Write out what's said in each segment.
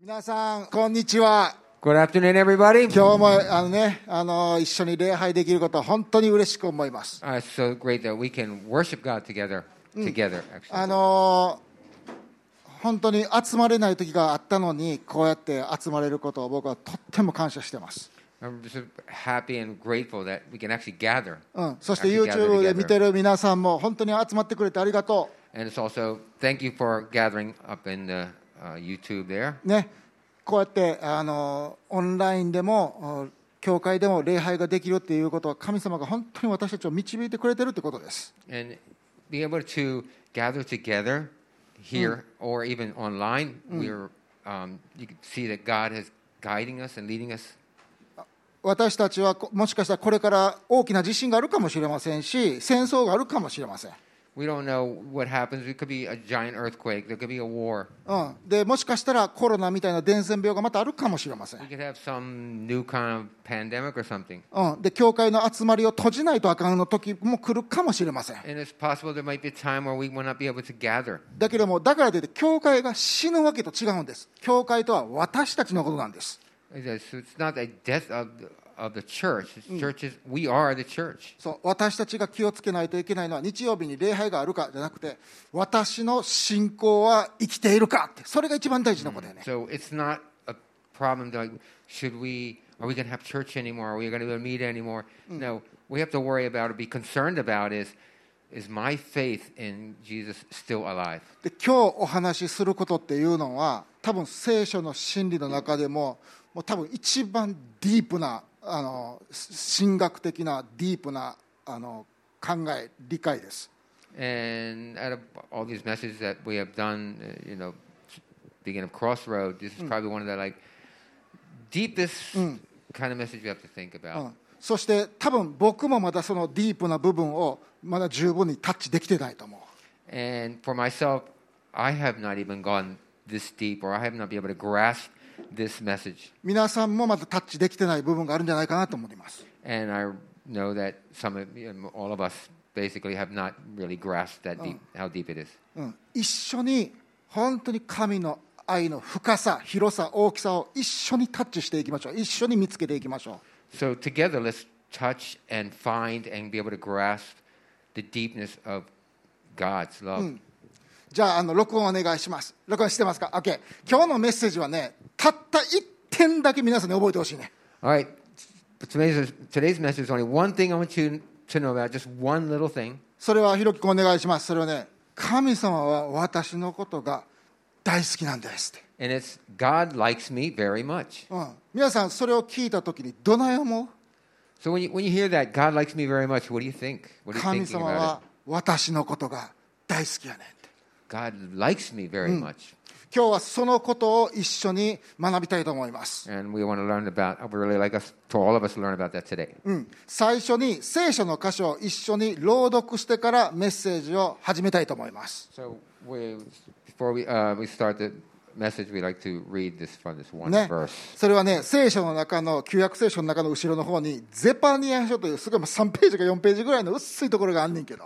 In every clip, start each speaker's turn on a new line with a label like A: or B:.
A: 皆さん、こんにちは。
B: Good afternoon, everybody.
A: 今日もあのね、あの一緒に礼拝できることは本当に嬉しく思います。
B: Uh, it's so great that we can worship God together. Together,
A: あ
B: actually.
A: の本当に集まれない時があったのに、こうやって集まれることを僕はとっても感謝してます。
B: I'm just happy and grateful that we can actually gather.
A: うん、そして
B: Happy gather
A: YouTube で見て
B: together.
A: る皆さんも本当に集まってくれてありがと
B: And it's also thank you for gathering up in the uh, YouTube there.
A: う。ね、こうやってあのオンラインでもうん教会でも礼拝ができるっていうことは神様が本当に私たちを導いてくれてるってことです。
B: And be able to gather together here or even online. We're, um, you can see that God is guiding us and leading us.
A: 私たちはこもしかしたらこれから大きな地震があるかもしれませんし戦争があるかもしれません、
B: We don't know what happens. It could be a giant earthquake. There could be a war.
A: うん、でもしかしたらコロナみたいな伝染病がまたあるかもしれません
B: We、could have some new kind of pandemic or something.
A: うん、で教会の集まりを閉じないとあかんの時も来るかもしれません
B: And it's possible there might be a time where we will not be able to gather.
A: だけどもだからといって教会が死ぬわけと違うんです教会とは私たちのことなんです
B: It is- So it's not a death of the, of the church. It's churches. We are the church.
A: そう私たちが気をつけないといけないのは日曜日に礼拝があるかじゃなくて私の信仰は生きているかってそれが一番大事なことだよね、
B: So it's not a problem that, like should we are we going to have church anymore? Are we going to be able to meet anymore? No, we have to worry about or be concerned about is is my faith in Jesus still alive?
A: で今日お話しすることっていうのは多分聖書の真理の中でももう多分一番ディープなあのし神学的なディープなあの考え理解です、
B: And out of all these messages that we have done, uh, you know, beginning of Crossroad, this is probably one of the like deepest kind of message we have to think
A: う
B: about.
A: ん、そして多分僕もまだそのディープな部分をまだ十分にタッチできてないと思う
B: And for myself, I have not even gone this deep, or I have not been able to grasp this message.
A: 皆さんもまだタッチできてない部分があるんじゃないかなと思います
B: And I know that some of you know, all of us basically have not really grasped that deep, how deep it is.
A: うん、一緒に本当に神の愛の深さ広さ大きさを一緒にタッチしていきましょう一緒に見つけていきましょう
B: So together, let's touch and find and be able to grasp the deepness of God's love.
A: じゃああの録音お願いします録音してますか OK 今日のメッセージはねたった1点だけ皆さんに覚えてほしいね
B: All right. Today's, today's message is only one thing I want you to know about, just one little thing.
A: それはひろきくんお願いしますそれはね神様は私のことが大好きなんですって、
B: And it's God likes me very much.
A: うん、皆さんそれを聞いた時にどない思う
B: So when you, when you hear that, God likes me very much, what do you think? What are you
A: 神
B: thinking
A: 様
B: about
A: は
B: it?
A: 私のことが大好きやねんって
B: God likes me very much.
A: 今日はそのことを一緒に学びたいと思います、
B: And we want to learn about, I would really like us, to all of us to learn about that today.
A: うん、最初に聖書の箇所を一緒に朗読してからメッセージを始めたいと思います
B: So we, before we, uh, we start the message, we like to read this from this one
A: ね
B: verse.、
A: それはね、聖書の中の、旧約聖書の中の後ろの方に、ゼパニア書という、すごいもう3ページか4ページぐらいの薄いところがあんねんけど、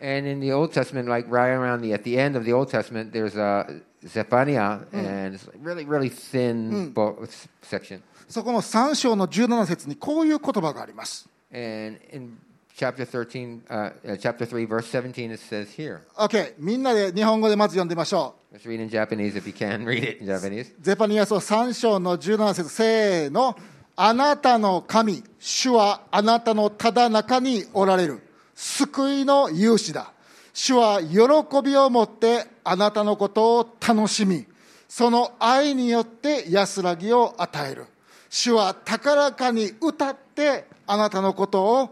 B: And in the Old Testament, like right around the at the end of the Old Testament, there's a Zephaniah, and it's a really really thin bo- s- section.
A: そこの3章の17節にこういう言葉があります。
B: And in chapter thirteen, uh, uh, chapter three, verse seventeen, it says here.
A: OK、みんなで日本語でまず読んでみましょう。
B: Let's read in Japanese if you can read it in Japanese.
A: ゼパニア書3章の17節せーの。あなたの神、主はあなたのただ中におられる。救いの勇士だ。主は喜びをもってあなたのことを楽しみ、その愛によって安らぎを与える。主は高らかに歌ってあなたのことを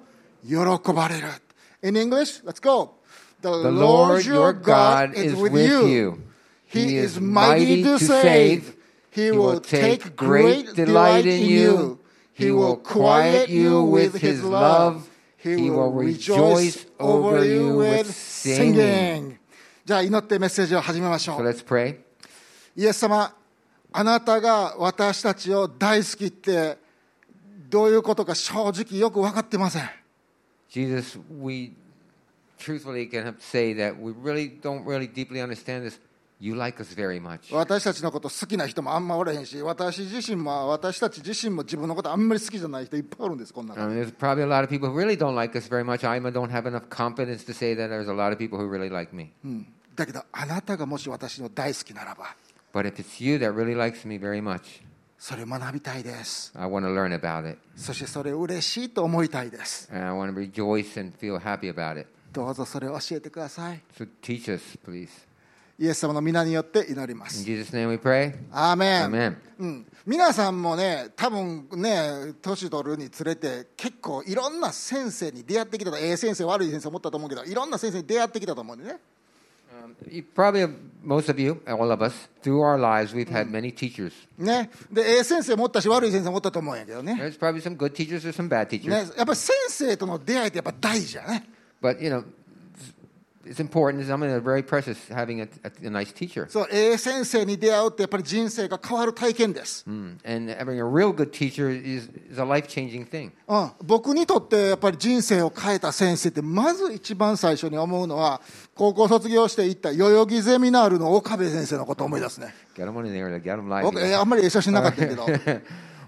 A: 喜ばれる。In English, let's go. The,
B: The Lord your God is with you.
A: He is mighty to save. He will take great delight in you. He will quiet you with his love. He will rejoice over you with singing. じゃあ祈ってメッセージを始めましょ
B: So
A: う。
B: let's pray.
A: イエス様、あなたが私たちを大好きってどういうことか正直よく分かってません。
B: Jesus, we truthfully can have- say that we really don't really deeply understand this You like us very much.
A: 私たちのこと好きな人もあんまおらへんし私自身も私たち自身も自分のことあんまり好きじゃない人いっぱいおるんですこんな
B: I mean, there's probably a lot of people who really don't like us very much. I don't have enough confidence to say that there's a lot of people who really like me.
A: うん、だけどあなたがもし私の大好きならば
B: But if it's you that really likes me very much,
A: それを学びたいです
B: I want to learn about it.
A: そしてそれを嬉しいと思いたいです
B: And I want to rejoice and feel happy about it.
A: どうぞそれを教えてください
B: So teach us, please.
A: イエス様の皆によって祈りま
B: In
A: す
B: Jesus' name we pray.
A: アーメン
B: Amen.
A: うん、皆さんもね多分ね年取るにつれて結構いろんな先生に出会ってきたとええ先生悪い先生思ったと思うけどいろんな先生に出会ってきたと思うんでね
B: Um, you, probably most of you, all of us, through our lives, we've had many teachers.
A: ねでええ先生もおったし悪い先生もおったと思うんやけどね
B: There's probably some good teachers or some bad
A: ねや
B: teachers.
A: っぱり先生との出会いってやっぱ大事やね
B: But, you know, it's- it's important. It's, I mean, they're very precious having a, a, a nice teacher.
A: そうええ先生に出会うってやっぱり人生が変わる体験です、
B: Mm. And having a real good teacher is, is a life changing thing.
A: うん、僕にとってやっぱり人生を変えた先生ってまず一番最初に思うのは高校卒業して行った代々木ゼミナールの岡部先生のことを思い出すね
B: Get them on in there, get them live.
A: 僕えーあんまりええ写真なかったけど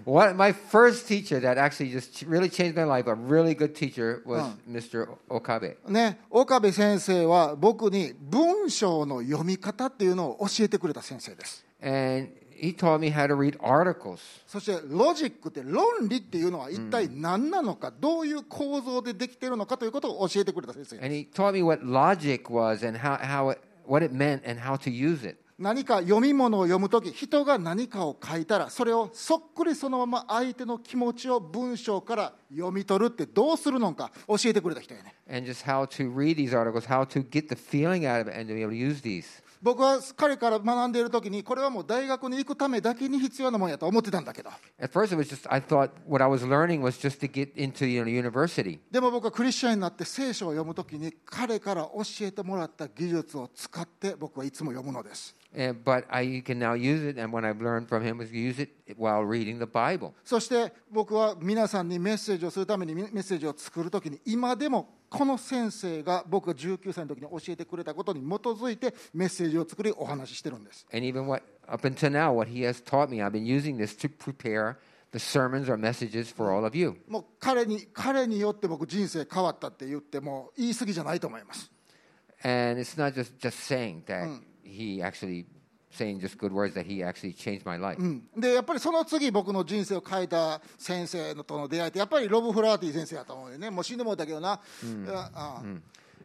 B: What, my first teacher that actually just ch- really changed my life, a really good teacher, was Mr. Okabe.
A: ね岡部先生は僕に文章の読み方っていうのを教えてくれた先生です
B: And he taught me how to read articles.
A: そしてロジックって論理っていうのは一体何なのか、どういう構造でできてるのかということを教えてくれた先生
B: And he taught me what logic was and how, how it, what it meant and how to use it.
A: 何か読み物を読むとき人が何かを書いたらそれをそっくりそのまま相手の気持ちを文章から読み取るってどうするのか教えてくれた人やね
B: And just how to read these articles, how to get the feeling out of it and to be able to use these.
A: 僕は彼から学んでいるときにこれはもう大学に行くためだけに必要なもんやと思ってたんだけど
B: At first, it was just, I thought what I was learning was just to get into you know, university.
A: でも僕はクリスチャンになって聖書を読むときに彼から教えてもらった技術を使って僕はいつも読むのです
B: And, but I can now use it, and what I've learned from him is use it while reading the Bible.
A: そして僕は皆さんにメッセージをするためにメッセージを作るときに今でもこの先生が僕が19歳の時に教えてくれたことに基づいてメッセージを作りお話ししてるんです。
B: And even what up until now, what he has taught me, I've been using this to prepare the sermons or messages for all of you.
A: もう彼に彼によって僕人生変わったって言っても言い過ぎじゃないと思います。
B: And it's not just just saying that he actually saying just good words that he actually changed my life.
A: うんでやっぱりその次僕の人生を変えた先生との出会いってやっぱりロブ・フラーティ先生やと思うんでねもう死んでもうたけどな、ああ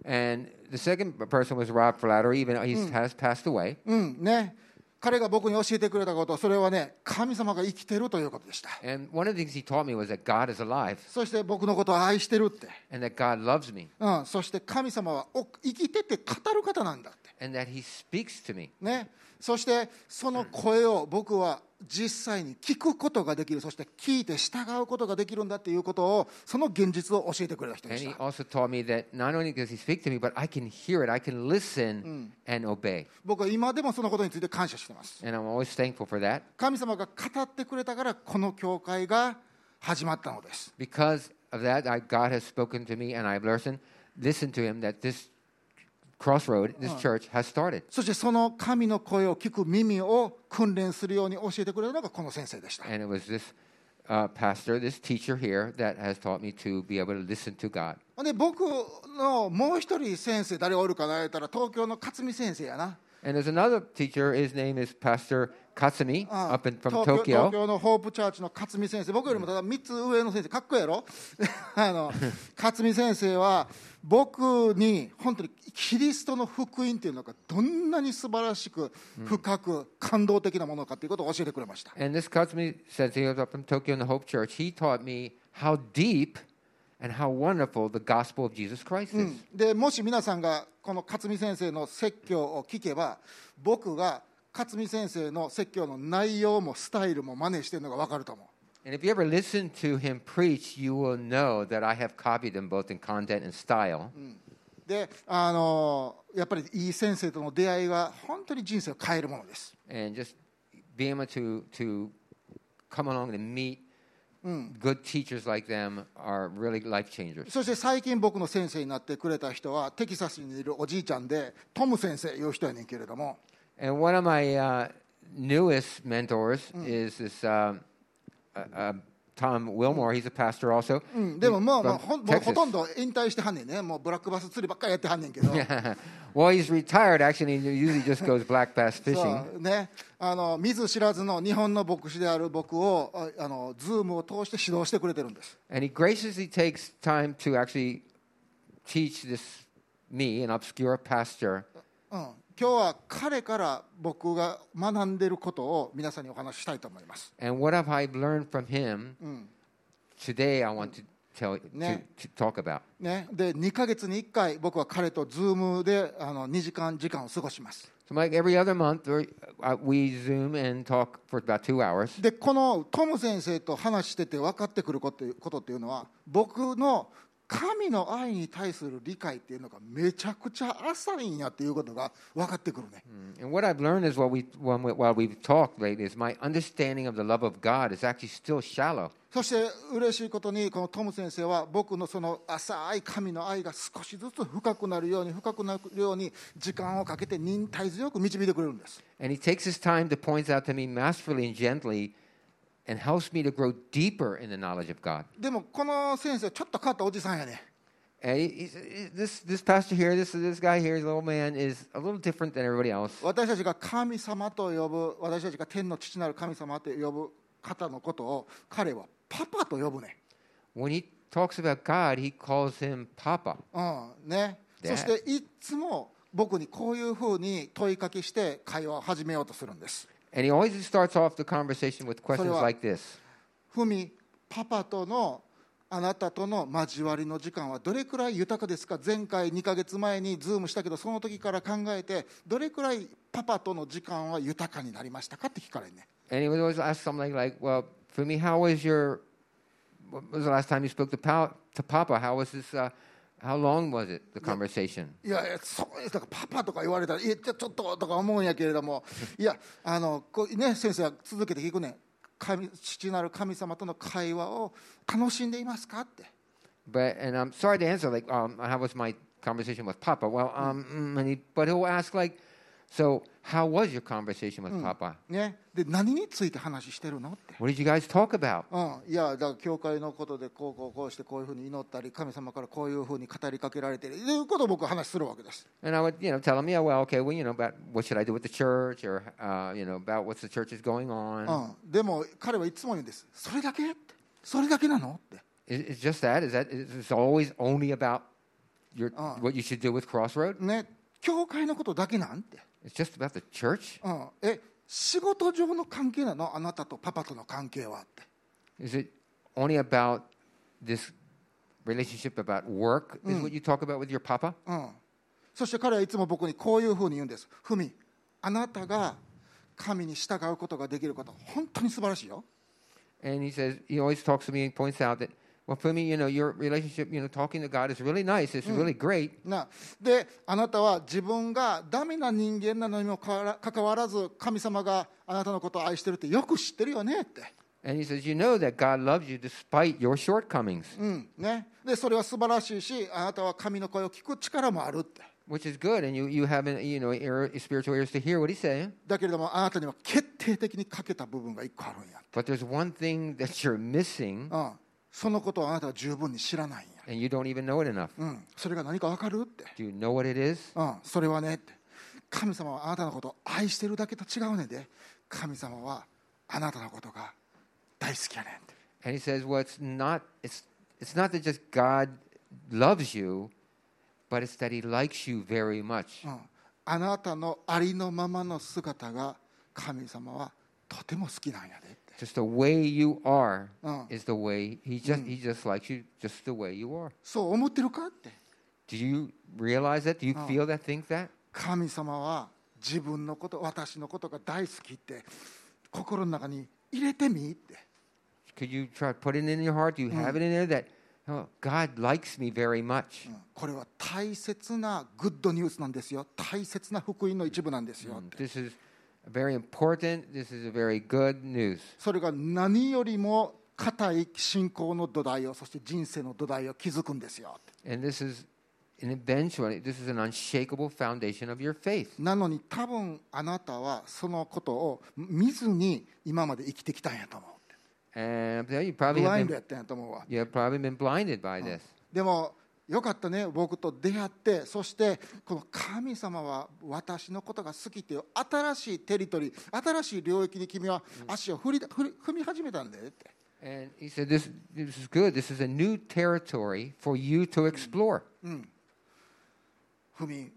B: And the second person was Rob Flattery. Even he has passed away,
A: うんね彼が僕に教えてくれたことそれはね神様が生きてるということでした。
B: and one of the things he taught me was that God is alive
A: そして僕のことを愛してるって、
B: and that God loves me
A: うん、そして神様はお生きてて語る方なんだって、
B: and that He speaks to me.
A: ね、そしてその声を僕は実際に聞くことができるそして聞いて従うことができるんだっていうことをその現実を教えてくれた人で
B: And
A: し
B: he
A: た
B: also taught me that not only does he speak to me, but I can hear it, I can listen and obey.
A: 僕は今でもそのことについて感謝してます
B: And I'm always thankful for that.
A: 神様が語ってくれたからこの教会が始まったのです
B: because of that, I, God has spoken to me, and I've listened, listened to Him. That this crossroad, this church, has started,
A: そしてその神の声を聞く耳を訓練するように教えてくれたのがこの先生でした、
B: and it was this uh, pastor, this teacher here, that has taught me to be able to listen to God.
A: で僕のもう一人先生誰おるかな言うたら東京の勝美先生やな
B: And there's another teacher. His name is Pastor
A: う
B: Katsumi,
A: ん
B: up in, from
A: 東京
B: Uh, Tokyo.
A: 東京のホープチャーチの勝美先生僕よりもただ3つ上の先生かっこええやろ あの勝美先生は僕に本当にキリストの福音っていうのがどんなに素晴らしく深く感動的なものかということを教えてくれました
B: And this Katsumi sensei who was up from Tokyo in the Hope Church. He taught me how deep and how wonderful the gospel of Jesus Christ is.
A: でもし皆さんがこの勝美先生の説教を聞けば僕が勝美先生の説教の内容もスタイルも真似してるのが分かると思う
B: And if you ever listen to him preach, you will know that I have copied them both in content and style.
A: であのやっぱりいい先生との出会いが本当に人生を変えるものです
B: And just being able to, to come along and meet good teachers like them are really life changers.
A: そして最近僕の先生になってくれた人はテキサスにいるおじいちゃんでトム先生いう人やねんけれども
B: And one of my uh, newest mentors is this um, uh, uh, Tom Wilmore. He's a pastor also.
A: うん、でももう、
B: From
A: もうほんもう
B: Texas.
A: ほとんど引退してはんねんねもうブラックバス釣りばっかりやってはんねんけど
B: well, he's retired actually. and He usually just goes black bass
A: そ
B: fishing.
A: うねあの見ず知らずの日本の牧師である僕をああのズームを通して指導してくれてるんです
B: And he graciously takes time to actually teach this me, an obscure pastor.
A: うん、今日は彼から僕が学んでることを皆さんにお話ししたいと思います。
B: And what have I learned from him today? I want to tell to,
A: Ne.
B: to talk about.
A: ね、で2ヶ月に1回僕は彼とズームであの2時間時間を過ごします。
B: So, like every other month, or, uh, we zoom and talk for about two hours.
A: でこのトム先生と話してて分かってくることことっていうのは僕の神の愛に対する理解っていうのがめちゃくちゃ浅いんやっていうことが分かってくるね。
B: And what I've learned is while we when we- while we've talked lately is my understanding of the love of God is actually still shallow.
A: そして嬉しいことにこのトム先生は僕のその浅い神の愛が少しずつ深くなるように深くなるように時間をかけて忍耐強く導いてくれるんです、
B: And he takes his time to point out to me masterfully and gently, and helps me to grow deeper in the knowledge of God.
A: でもこの先生ちょっと変わったおじさんやね
B: And he, he's, he- this this pastor here, this this guy here, this little man, is a little different than everybody else.
A: 私たちが神様と呼ぶ私たちが天の父なる神様と呼ぶ方のことを彼はパパと呼ぶね,、
B: When he talks about God, he calls him Papa.
A: うん、ねそ
B: で
A: していつも僕にこういうふうに問いかけして会話を始めようとするんです
B: And he always starts off the conversation with questions
A: what?
B: like this
A: ふみパパとのあなたとの交わりの時間はどれくらい豊かですか前回2ヶ月前にズームしたけどその時から考えてどれくらいパパとの時間は豊かになりましたかって聞かれるね
B: And he would always ask something like, Well, for me, how was your, what was the last time you spoke to, pa- to Papa? How was this, uh, how long was it, the conversation?
A: いやいやそうですだからパパとか言われたらいやちょちょっととか思うんやけれどもいやあのこうね先生は続けて聞くね神父なる神様との会話を楽しんでいますかって
B: But, and I'm sorry to answer, like, um, how was my conversation with Papa? Well, um, mm, and he, but he'll ask, like, so how was your conversation with Papa?
A: ねで何について話してるのって
B: What did you guys talk about?
A: うん、いやだから教会のことでこうこうこうしてこういうふうに祈ったり神様からこういうふうに語りかけられてるということを僕は話するわけです、
B: And I would, you know, tell him, yeah, well, okay, well, you know, about what should I do with the church, or uh, you know, about what's the church is going on.
A: うん、でも彼はいつも言うんですそれだけってそれだけなのって
B: Is, is just that? Is that? Is it's always only about your what you should do with Crossroad?
A: ね教会のことだけなんて、
B: It's just about the church.
A: うん、え仕事上の関係なのあなたとパパとの関係はって、
B: Is it only about this relationship about work? Is what you talk about with your papa?
A: うん、そして彼はいつも僕にこういうふうに言うんです「ふみあなたが神に従うことができること本当に素晴らしいよ」
B: And he says he always talks to me and points out that well, for me, you know, your relationship, you know, talking to God is really nice. It's really great.
A: なであなたは自分がダメな人間なのにもかかわらかかわらず神様があなたのことを愛してるってよく知ってるよねって、
B: And he says you know that God loves you despite your shortcomings,
A: うんね、でそれは素晴らしいしあなたは神の声を聞く力もあるって
B: which is good. And you you have an, you know ear, spiritual ears to hear what he's saying.
A: だけれどもあなたには決定的に欠けた部分が一個あるんや、
B: But there's one thing that you're missing,
A: うん、そのことをあなたは十分に知らないんや、
B: and you don't even know it enough.
A: うん、それが何か分かるって、
B: Do you know what it is?
A: うん、それはねって神様はあなたのことを愛してるだけと違うねんで神様はあなたのことが大好きやねんって
B: And he says, well, it's not, it's, it's not that just God loves you, but it's that he likes you very much.
A: うんあなたのありのままの姿が神様はとても好きなんやでって
B: Just the way you are
A: Oh.
B: is the way he just, he just likes you just the way you are.
A: そう思ってるかって
B: Do you realize that? Do you feel that, think that?
A: 神様は自分のこと私のことが大好きって心の中に入れてみって、
B: Could you try to put it in your heart? Do you have it in there that, oh, God likes me very much?
A: うんこれは大切なグッドニュースなんですよ大切な福音の一部なんですよって、
B: This is very important. This is a very good news.
A: それが何よりも固い信仰の土台をそして人生の土台を築くんですよって
B: And this is And eventually, this is an unshakable foundation of your faith.
A: なのに多分あなたはそのことを見ずに今まで生きてきたんやと思
B: And yeah, you
A: うブ
B: probably
A: ライ
B: have
A: ンド
B: been,
A: やったんやと思うわ
B: you have probably been blinded by this.
A: でもよかったね僕と出会ってそしてこの神様は私のことが好きっていう新しいテリトリー新しい領域に君は足を踏り踏り踏み始めたんだよって
B: And he said, this, this is good. This is a new territory for you to explore.
A: 踏み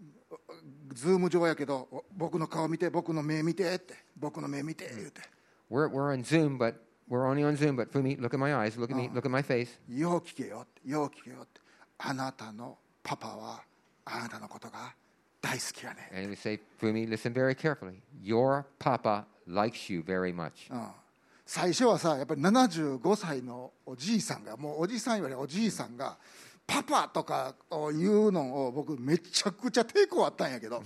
A: ズーム上やけどお僕の顔見て僕の目見てって僕の目見て言うて
B: We're, we're on Zoom, but we're only on Zoom. But Fumi, look at my eyes. Look at me. Look at my face.
A: よう聞けよってよう聞けよってあなたのパパはあなたのことが大好きやね、
B: And he would say, Fumi, listen very carefully. Your papa likes you very much.
A: うん、最初はさやっぱり75歳のおじいさんがもうおじさんよりおじいさんがパパとかを言うのを僕めちゃくちゃ抵抗あったんやけど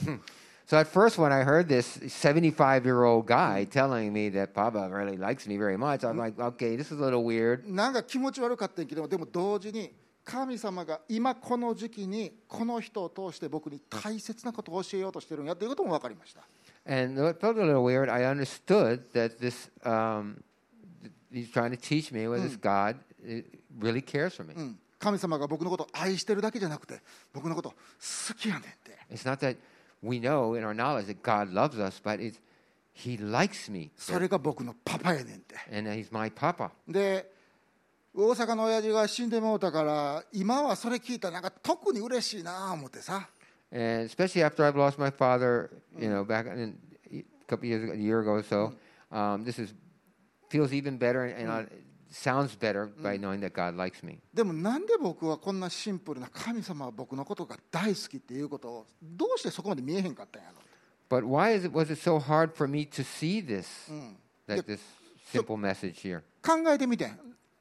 B: So at first, when I heard this 75 year old guy telling me that Papa really likes me very much, I'm like, okay, this is a little weird.
A: なんか気持ち悪かったんやけどでも同時に神様が今この時期にこの人を通して僕に大切なことを教えようとしてるんやということも分かりました
B: And though it felt a little weird, I understood that this, um, th- he's trying to teach me whether this God uh, really cares for me.
A: うん神様が僕のことを愛してるだけじゃなくて僕のこと好きやねんって
B: It's not that we know in our knowledge that God loves us, but it's, he likes me
A: それが僕のパパやねんって、
B: and that he's my Papa.
A: で大阪の親父が死んでもうたから今はそれ聞いたらなんか特に嬉しいなあ思ってさ
B: and especially after I've lost my father, you know, back in, a couple years ago, a year ago or so, um, this is feels even better and, and uh sounds better
A: Mm.
B: by knowing that God likes me.
A: でもなんで僕はこんなシンプルな神様は僕のことが大好きっていうことをどうしてそこまで見えへんかったんやろ
B: But why is it was it so hard for me to see this that
A: Mm. Yep.
B: this simple message here?
A: 考えてみてん、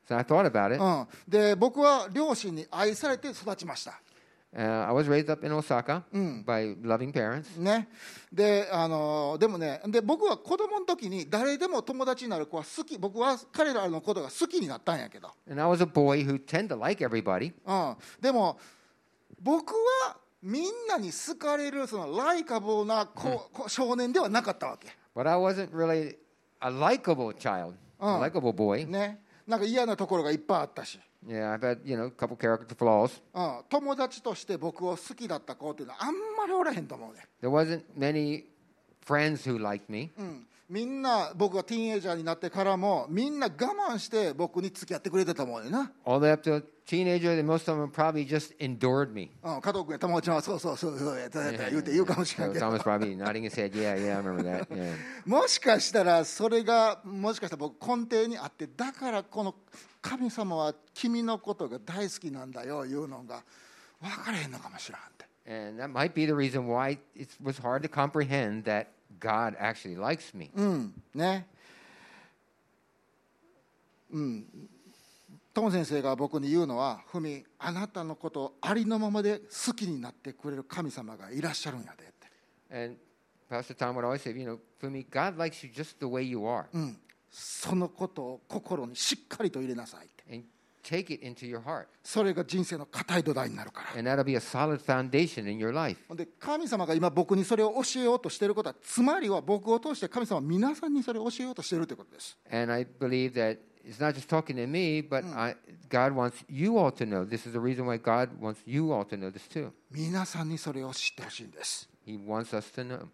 B: So I thought about it.
A: うん、で僕は両親に愛されて育ちました
B: Uh, I was raised up in Osaka
A: Mm.
B: by loving parents.
A: ね、であのでもねで僕は子供の時に誰でも友達になる子は好き僕は彼らのことが好きになったんやけど、
B: And I was a boy who tend to like everybody.
A: うん、でも僕はみんなに好かれるそのライカボーな子、子少年ではなかったわけ、
B: But I wasn't really a likable child, a
A: Oh.
B: likable boy.
A: ね、なんか嫌なところがいっぱいあったし、
B: Yeah, I've had, you know, a couple character flaws.
A: うん、友達として僕を好きだった子っていうのはあんまりおらへんと思うね、
B: There wasn't many friends who liked me.
A: うん、みんな僕がティーンエイジャーになってからもみんな我慢して僕に付き合ってくれてたもんねんな。
B: All the way up to a teenager, and most of them probably just endured me.
A: うん、加藤君や友達はそうそうそうそうやったやった言うて言うかもしれん
B: So
A: けど
B: Thomas probably nodding his head. Yeah, yeah, I remember that. Yeah.
A: もしかしたらそれがもしかしたら僕根底にあってだからこの神様は君のことが大好きなんだよいうのが分からへんのかもしれんって、
B: And that might be the reason why it was hard to comprehend that God actually likes me.
A: うんねうん、トム先生が僕に言うのは「ふみあなたのことをありのままで好きになってくれる神様がいらっしゃるんやで」って。
B: And Pastor Tom would always say, you know, for me, God likes you just the way you are.
A: うんそのことを心にしっかりと入れなさいって
B: And take it into your heart.
A: それが人生の固い土台になるから。
B: And that'll be a solid foundation in your life.
A: ほんで神様が今僕にそれを教えようとしていることはつまりは僕を通して神様は皆さんにそれを教えようとしているということです
B: And I believe that it's not just talking to me, but I, God wants you all to know. This is the reason why God wants you all to know this too.
A: 皆さんにそれを知ってほしいんです、
B: He wants us to know.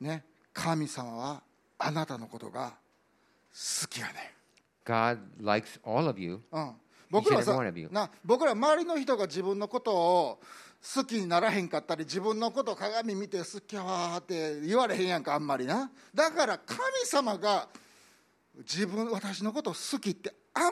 A: ね、神様はあなたのことが好きやねん
B: God likes all of you.
A: うん、僕らは
B: Each and
A: さ
B: every one of you.
A: な僕ら周りの人が自分のことを好きにならへんかったり自分のことを鏡見て好きやわーって言われへんやんかあんまりなだから神様が自分私のことを好きってあん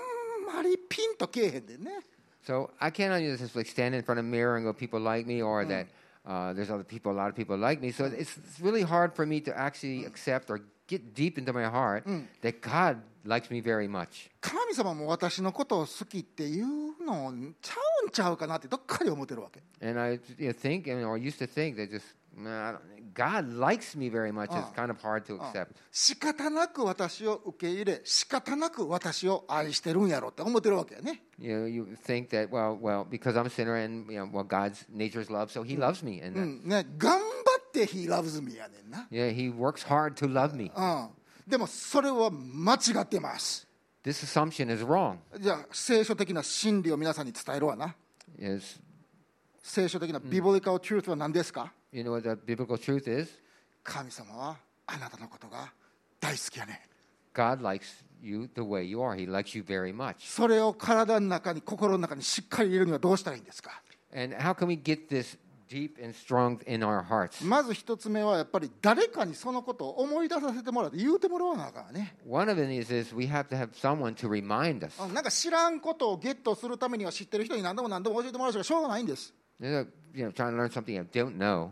A: まりピンとけえへんでね
B: So I cannot just just, like stand in front of a mirror and go, people like me, or that uh, there's other people, a lot of people like me. So it's, it's really hard for me to actually accept or get deep into my heart that God likes me very much.
A: 神様も私のことを好きっていうのちゃうんちゃうかなってどっかで思ってるわけ
B: And I you know, think, and, or used to think that just Nah, God likes me very much. It's kind of hard to accept.
A: 仕方なく私を受け入れ仕方なく私を愛してるんやろって思ってるわけやね
B: You know, you think that well, well, because I'm a sinner and you know, well, God's nature is love, so He loves me, and
A: う
B: that-
A: んね頑張って「He loves me」やねんな、
B: yeah, He works hard to love me.
A: うん、でもそれは間違ってます
B: This assumption is wrong.
A: じゃあ聖書的な真理を皆さんに伝えるわな
B: Is
A: 聖書的なビブリカル・トゥルースは何ですか
B: you know what the biblical truth is?
A: 神様はあなたのことが大好きやねん
B: God likes you the way you are. He likes you very much.
A: それを体の中に心の中にしっかり入れるにはどうしたらいいんですか
B: And how can we get this deep and strong in our hearts?
A: まず一つ目はやっぱり誰かにそのことを思い出させてもらって言うてもらわなあかんわね
B: One of it is, is we have to have someone to remind us.
A: あなんか知らんことをゲットするためには知ってる人に何度も何度も教えてもらうしかしょうがないんです、
B: You know, you know, trying to learn something you don't know.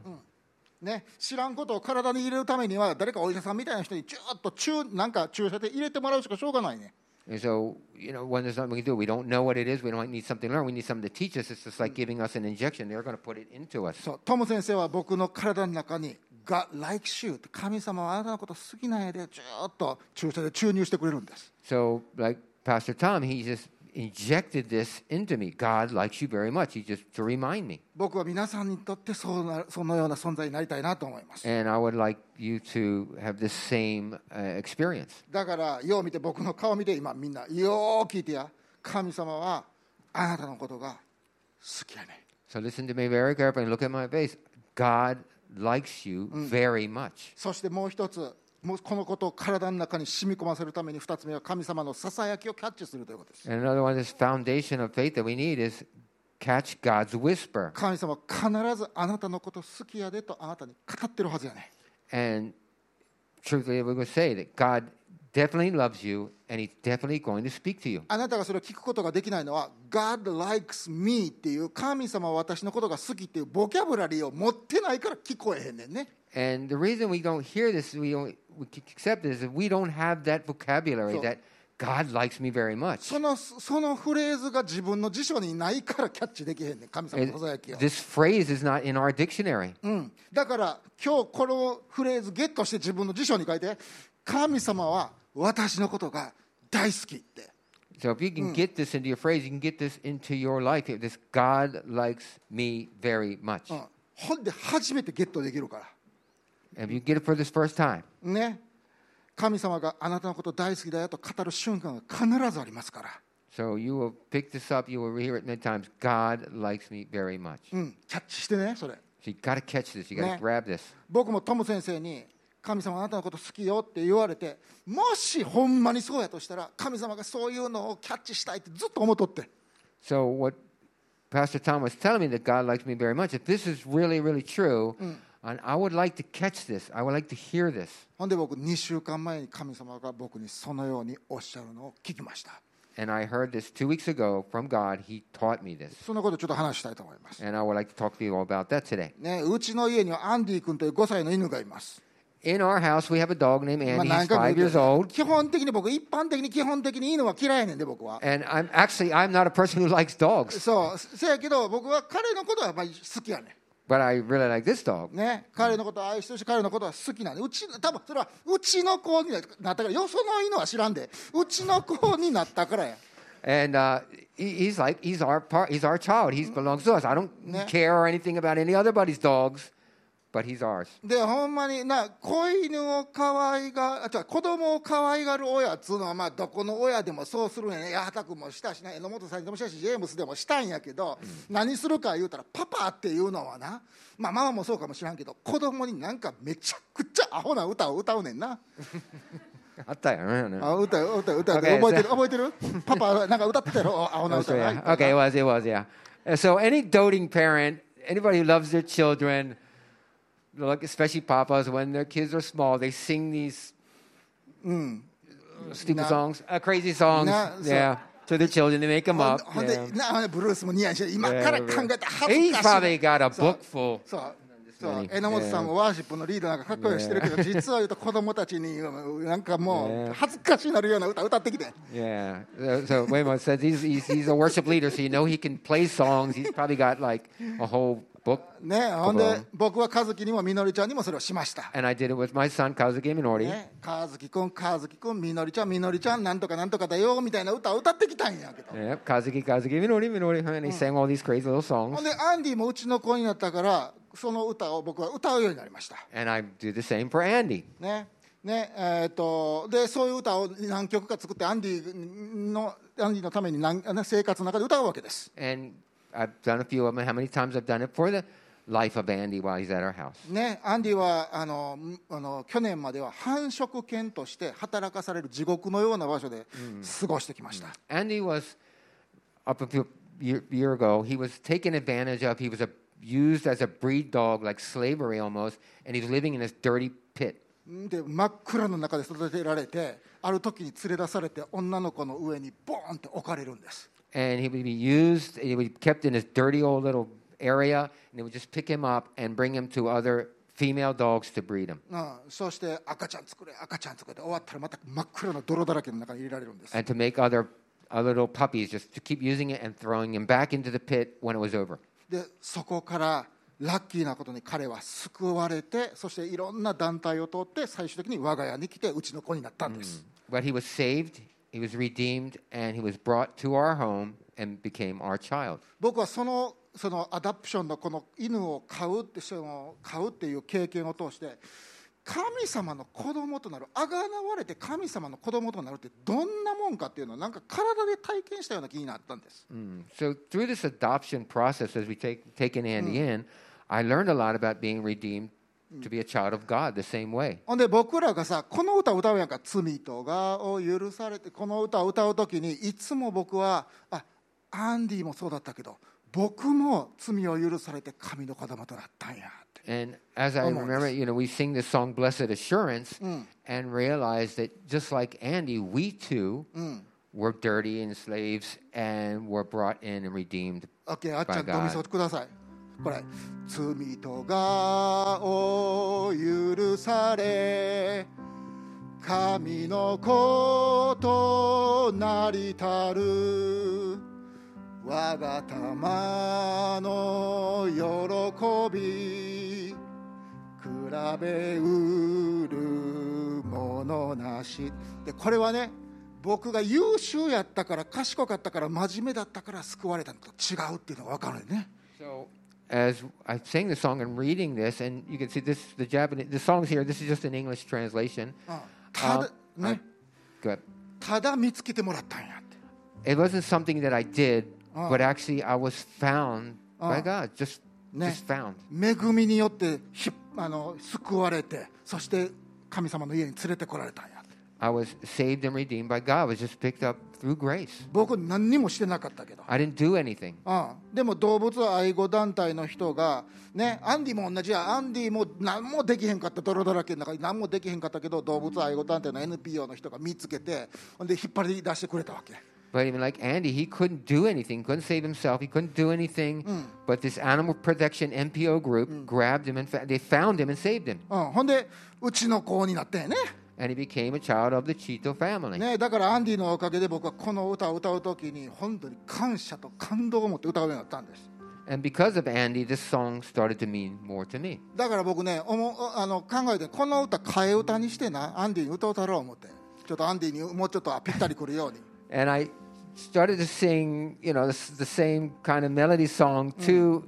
A: ね、知らんことを体に入れるためには誰かお医者さんみたいな人にちょっと注なんか注射で入れてもらうしかしょうがないね
B: And so, you know, when there's nothing we can do, we don't know what it is. We don't need something to learn. We need something to teach us. It's just like giving us an injection. They're going to put it into us.
A: そうトム先生は僕の体の中に「God likes you」って神様はあなたのこと好きなんやでちょっと注射で注入してくれるんです
B: So, like Pastor Tom, he just injected this into me. God likes you very much. He just to remind me.
A: 僕は皆さんにとってそうなそのような存在になりたいなと思います
B: And I would like you to have this same uh, experience.
A: だからよう見て僕の顔見て今みんなよう聞いてや神様はあなたのことが好きやね
B: So listen to me very carefully and look at my face. God likes you very much.
A: そしてもう一つもうこのことを体の中に染み込ませるために二つ目は神様のささやきをキャッチするということです
B: And another one, this foundation of faith that we need is catch God's whisper.
A: 神様は必ずあなたのこと好きやでとあなたに語ってるはずやね
B: And truthfully, we would say that God definitely loves you and He's definitely going to speak to you.
A: あなたがそれを聞くことができないのは God likes me っていう神様は私のことが好きっていうボキャブラリーを持ってないから聞こえへんねんね
B: And the reason we don't hear this, we don't we c- accept this, is we don't have that vocabulary
A: So-
B: that God likes me very much.
A: そのそのフレーズが自分の辞書にないからキャッチできへんねん神様
B: It-
A: のささやきを
B: this phrase is not in our dictionary.
A: うん、だから今日このフレーズゲットして自分の辞書に書いて神様は私のことが大好きって
B: So if you can get this into your phrase, you can get this into your life. if This God likes me very much.
A: うんほんで初めてゲットできるか
B: And if you get it for this first time,
A: らね神様があなたのこと大好きだよと語る瞬間が必ずありますから、
B: so you will pick this up. You will hear it many times. God likes me very much.
A: うん、キャッチしてねそれ
B: So you got to catch this. You
A: Yeah.
B: got to grab this.
A: 僕もトム先生に神様あなたのこと好きよって言われてもしほんまにそうやとしたら神様がそういうのをキャッチしたいってずっと思っとって。
B: So what Pastor Tom was telling me that God likes me very much. If this is really, really true, and I would like to catch this. I would like to hear this.
A: ほんで僕2週間前に神様が僕にそのようにおっしゃるのを聞きました
B: And I heard this two weeks ago from God. He taught me this,
A: そのことをちょっと話したいと思います、
B: and I would like to talk to you all about that today.
A: ね、うちの家にはアンディ君という5歳の犬がいます、
B: In our house, we have a dog named
A: まあ何
B: Andy. He's
A: 回も言う
B: five
A: け
B: years
A: ど
B: old.
A: 基本的に僕一般的に基本的に犬は嫌いやねんで僕は
B: And I'm actually I'm not a person who likes dogs,
A: そうせやけど僕は彼のことはやっぱり好きやね
B: but I really like this dog.
A: んね彼のことを愛してるし彼のことは好きなんでうち多分それはうちの子になったからよその犬は知らんでうちの子になったからや
B: And uh, he- he's like he's our part. He's our child. He belongs to us. I don't
A: Yeah.
B: care or anything about any other buddy's dogs, but he's ours.
A: でほんまにな子犬を可愛があ違う子供を可愛がる親っつうのはまあどこの親でもそうするんやね八幡君もしたしな榎本さんでもしたしジェームスでもしたんやけど、何するか言うたらパパっていうのはな、まあ、ママもそうかもしらんけど子供になんかめちゃくちゃアホな歌を歌うねんな、
B: あったよね。
A: あ歌う歌う歌う
B: Okay,
A: 覚えてる
B: so-
A: 覚えてるパパなんか歌ってたやろアホな
B: Oh, so
A: 歌
B: yeah. Okay, it was, it was, yeah. Uh, So any doting parent, anybody who loves their children, like especially papas, when their kids are small, they sing these stupid
A: Hmm. Nah.
B: songs, uh, crazy songs,
A: Nah, so-
B: yeah, to their children. They make them
A: ほん
B: up.
A: ほん
B: yeah.
A: でなほんでブルースも似合いして今
B: Yeah,
A: から考
B: yeah.
A: えたら恥ず
B: He's
A: かし
B: probably
A: い
B: got a
A: そう
B: book full.
A: そうそう
B: に
A: 榎本さんもワーシップのリーダーなんかかっこよくしてるけど、実は言うと子供たちになんかも
B: ね
A: う恥ずかしになるような歌歌ってきて、
B: Yeah. So, so Waymo says he's, he's he's a worship leader, so you know he can play songs. He's probably got like a whole book.
A: ね、ほん
B: こ
A: で
B: こ
A: 僕は和樹にもみのりちゃんにもそれをしました。
B: And I did it with my son Kazuki Minori.
A: ね、和樹くん、和樹くん、みのりちゃん、みのりちゃん、なんとかなんとかだよみたいな歌を歌ってきたんやけど、
B: Yep, Kazuki, Kazuki Minori, Minori, and he sang all these crazy little
A: ほん
B: songs.
A: でアンディもうちの子になったから、その歌を僕は歌うようになりました。
B: And I do the same for Andy.
A: ねねえー、とでそういう歌を何曲か作ってアンディのアンディのために何あの生活の中で歌うわけです、
B: And I've done a few of them. How many times I've done it for the life of Andy while he's at our house.
A: ね、アンディはあのんあの去年までは繁殖犬として働かされる地獄のような場所で過ごしてきました、
B: Andy was up a few year, year ago. He was taken advantage of. He was a, used as a breed dog, like slavery almost, and he was living in this dirty pit.
A: で真っ暗の中で育てられてある時に連れ出されて女の子の上にボーンって置かれるんです、
B: And he would be used. He would be kept in this dirty old little area, and they would just pick him up and bring him to other female dogs to breed him.
A: うん、そして赤ちゃん作れ赤ちゃん作れって終わったらまた真っ暗の泥だらけの中に入れられるんです
B: and to make other, other little puppies just to keep using it and throwing him back into the pit when it was over.
A: でそこからラッキーなことに彼は救われてそしていろんな団体を通って最終的に我が家に来てうちの子になったんです、
B: But he was saved, he was redeemed, and he was brought to our home and became our child.
A: 僕はそのそのアダプションのこの犬を飼うってその飼うっていう経験を通して神様の子供となるあがなわれて神様の子供となるってどんなもんかっていうのをなんか体で体験したような気になったんです、
B: Mm. So through this adoption process, as we take taken Andy in, I learned a lot about being redeemed to be a child of God the same way.
A: ほんで僕らがさこの歌を歌うやんか「罪とがを許されて」この歌を歌う時にいつも僕はあアンディもそうだったけど僕も罪を許されて神の子供となったんやって、
B: And as I
A: Come on.
B: remember, you know, we sing this song "Blessed Assurance,"
A: Mm.
B: and realize that just like Andy, we too
A: Mm.
B: were dirty and slaves, and were brought in and redeemed.
A: OK あっちゃん
B: By God.
A: ドミソくださいこれ「罪とがを許され神の子となりたる」我が玉の喜び比べうるものなしでこれはね僕が優秀やったから賢かったから真面目だったから救われたのと違うっていうのが分かるよね
B: So, as I sang the song and reading this, and you can see this, the Japanese, the songs here. This is just an English translation.
A: Oh. Tada-
B: Um, I-
A: ne?
B: Good.
A: ただ見つけてもらったんやって
B: It wasn't something that I did,
A: Oh.
B: but actually I was found
A: Oh.
B: by God. Just,
A: Ne.
B: just found.
A: 恵みによってひあの救われてそして神様の家に連れてこられたんやって
B: I was saved and redeemed by God. I was just picked up through grace.
A: 僕何にもしてなかったけど
B: I didn't do anything.
A: うん、でも動物愛護団体の人が、ね、アンディも同じやアンディも何もできへんかった泥だらけの中に何もできへんかったけど動物愛護団体の NPO の人が見つけてほんで引っ張り出してくれたわけ
B: But even like Andy, he couldn't do anything, couldn't save himself, he couldn't do anything. But this animal protection NPO group grabbed him and fa- they found him and saved him.
A: うん、ほんでうちの子になったんやね
B: And he became a child of the Cheeto family.
A: ねだからアンディのおかげで僕はこの歌を歌う時に本当に感謝と感動を持って歌うようになったんです
B: And because of Andy, this song started to mean more to me.
A: だから僕ねおもあの考えてこの歌替え歌にしてなアンディに歌うたろう思ってちょっとアンディにもうちょっとぴったりくるように
B: And I started to sing, you know, this, the same kind of melody song to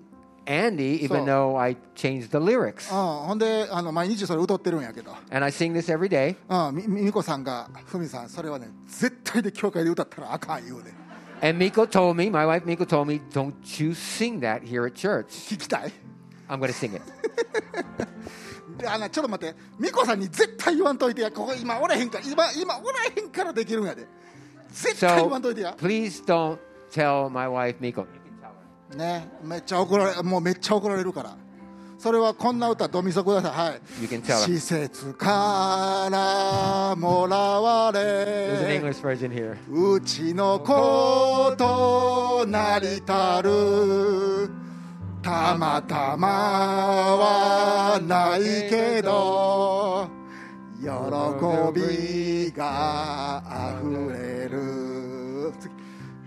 B: Andy, even
A: So- Oh.
B: though I changed the lyrics.
A: うん、ほんであの毎日それ歌ってるんやけど
B: And I sing this every day.
A: うんみみみこさんが「ふみさんそれはね絶対で教会で歌ったらあかん」言うね
B: And Miko told me, my wife Miko told me, don't you sing that here at church.
A: 聞きたい
B: I'm going to sing it.
A: であのちょっと待ってみこさんに絶対言わんといてやここ今おらへんから今今おらへんからできるんやで絶 対言わんといて
B: So
A: や
B: please don't tell my wife Miko. You can tell her.
A: ねめっちゃ怒られもうめっちゃ怒られるからそれはこんな歌ドミソくださいはい
B: You can tell her.
A: 施設からもらわ
B: There's an
A: れ
B: English version here.
A: うちの子となりたるたまたまはないけど喜びがあふれる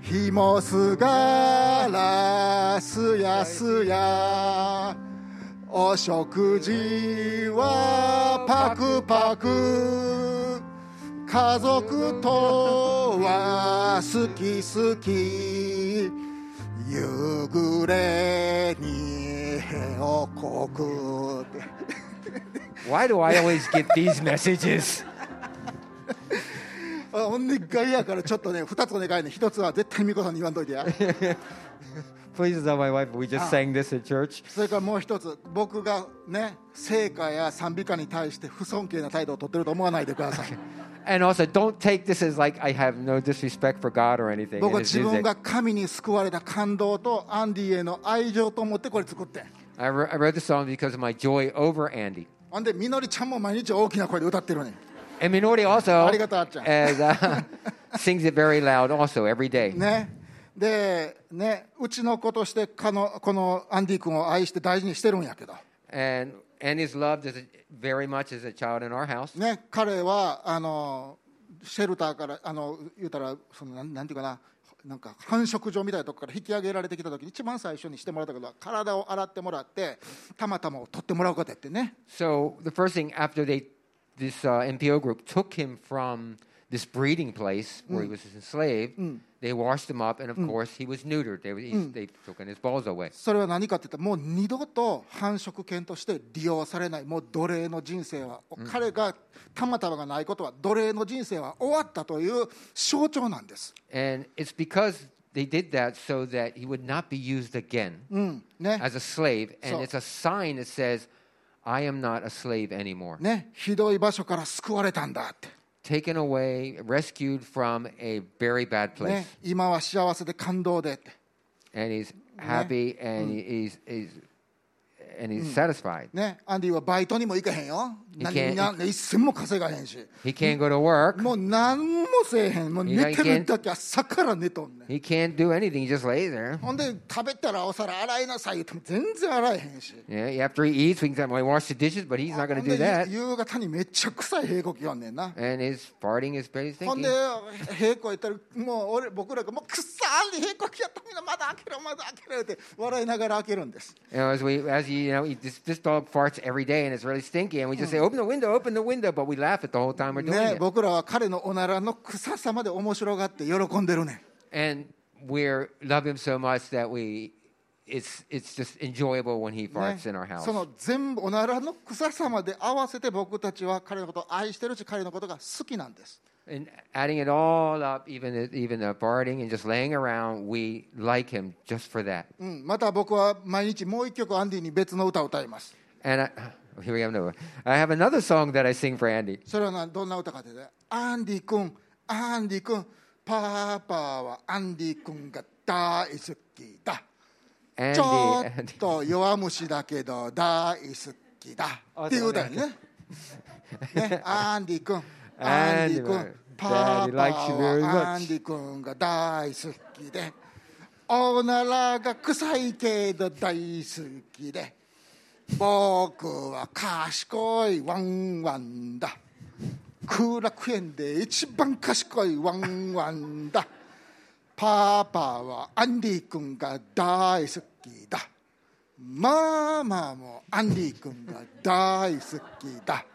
A: 次ひもすがらすやすやお食事はパクパク家族とは好き好き夕暮れにへをこくって
B: Why do I always get these messages?
A: あお願いやからちょっとね2つお願いね1つは絶対美子さんに言わんといてや
B: Please tell my wife we just sang this at church.
A: それからもう1つ僕がね成果や賛美歌に対して不尊敬な態度をとってると思わないでください
B: And also, don't take this as like I have no disrespect for God or anything.
A: 僕
B: in
A: は
B: his
A: 自分
B: music.
A: が神に救われた感動とアンディへの愛情と思ってこれ作ってん
B: I, wr- I wrote the song because of my joy over Andy.
A: ほんでみのりちゃんも毎日大きな声で歌ってるね
B: And Minori also
A: ありがとう、あっちゃん。
B: as, uh, sings it very loud also every day.
A: ねでねうちの子としてかのこのアンディ君を愛して大事にしてるんやけど、
B: And Andy's loved as a, very much as a child in our house.
A: ね、彼はあのシェルターからあの言うたらそのなんなんていうかななんか繁殖場みたいなとこから引き上げられてきた時に一番最初にしてもらったことは体を洗ってもらってたまたまを取ってもらうことやってね
B: So the first thing after they, this uh, NPO group took him from this breeding place where he was enslaved, they washed him up, and of course he was neutered. They, he, they took his balls away.
A: それは何かって言ったらもう二度と繁殖犬として利用されないもう奴隷の人生は、彼がたまたまがないことは奴隷の人生は終わったという象徴なんです
B: And it's because they did that so that he would not be used again
A: うんね
B: as a slave. And
A: So-
B: it's a sign that says, I am not a slave anymore.
A: ね、ひどい場所から救われたんだって、
B: Taken away, rescued from a very bad place.
A: ね、今は幸せで感動でって、
B: And he's happy and he's, he's, and he's satisfied.
A: ね、アンディはバイトにも行けへんよ
B: He
A: 何
B: can't-
A: 何一銭も稼がへんし
B: He can't go to work.
A: もう何もせえへんもう
B: He can't-
A: 寝てるだけ朝から寝とんねん
B: He can't do anything. He just lays there.
A: ほんで食べたらお皿洗いなさい言っても全然洗えへんし
B: Yeah, after he eats, we can tell him, well, he wash the dishes, but he's not
A: ほ
B: going
A: ん
B: to
A: で
B: do that.
A: 夕方にめっちゃ臭い屁こきよんねんな
B: And he's farting his bed. He's
A: ほん
B: thinking.
A: で屁こいたらもう俺僕らがもうくっさーに屁こきやったみんなまだ開けろまだ開けろって笑いながら開けるんです
B: You know, as we, as you, you know, he, this, this dog farts every day, and it's really stinky, and we just say, "Open the window, open the window," but we laugh at the whole time we're doing
A: ね
B: it,
A: 僕らは彼のおならの臭さまで面白がって喜んでるね
B: and we love him so much that we, it's, it's just enjoyable when he
A: んね
B: farts in our house.
A: その全部おならの臭さまで合わせて僕たちは彼のことを愛してるし彼のことが好きなんです
B: And adding it all up, even even the farting and just laying around, we like him just for that.
A: うん、また僕は毎日もう一曲アンディに別の歌を歌います
B: And I, oh, here we have another. one. I have another song that I sing for Andy.
A: それはなどんな歌かというとねアンディ君アンディ君パパはアンディ君が大好きだ
B: Andy,
A: ちょっ
B: Andy.
A: と弱虫だけど大好きだ
B: あ
A: っていう歌やねねアンディ君ア
B: ア
A: ン
B: ン
A: デ
B: デ
A: ィ
B: ィ
A: 君パパ
B: Daddy likes you very much.
A: はアンディ君が大好きでおならが臭いけど大好きで僕は賢いワンワンだ空楽園で一番賢いワンワンだパパはアンディ君が大好きだママもアンディ君が大好きだ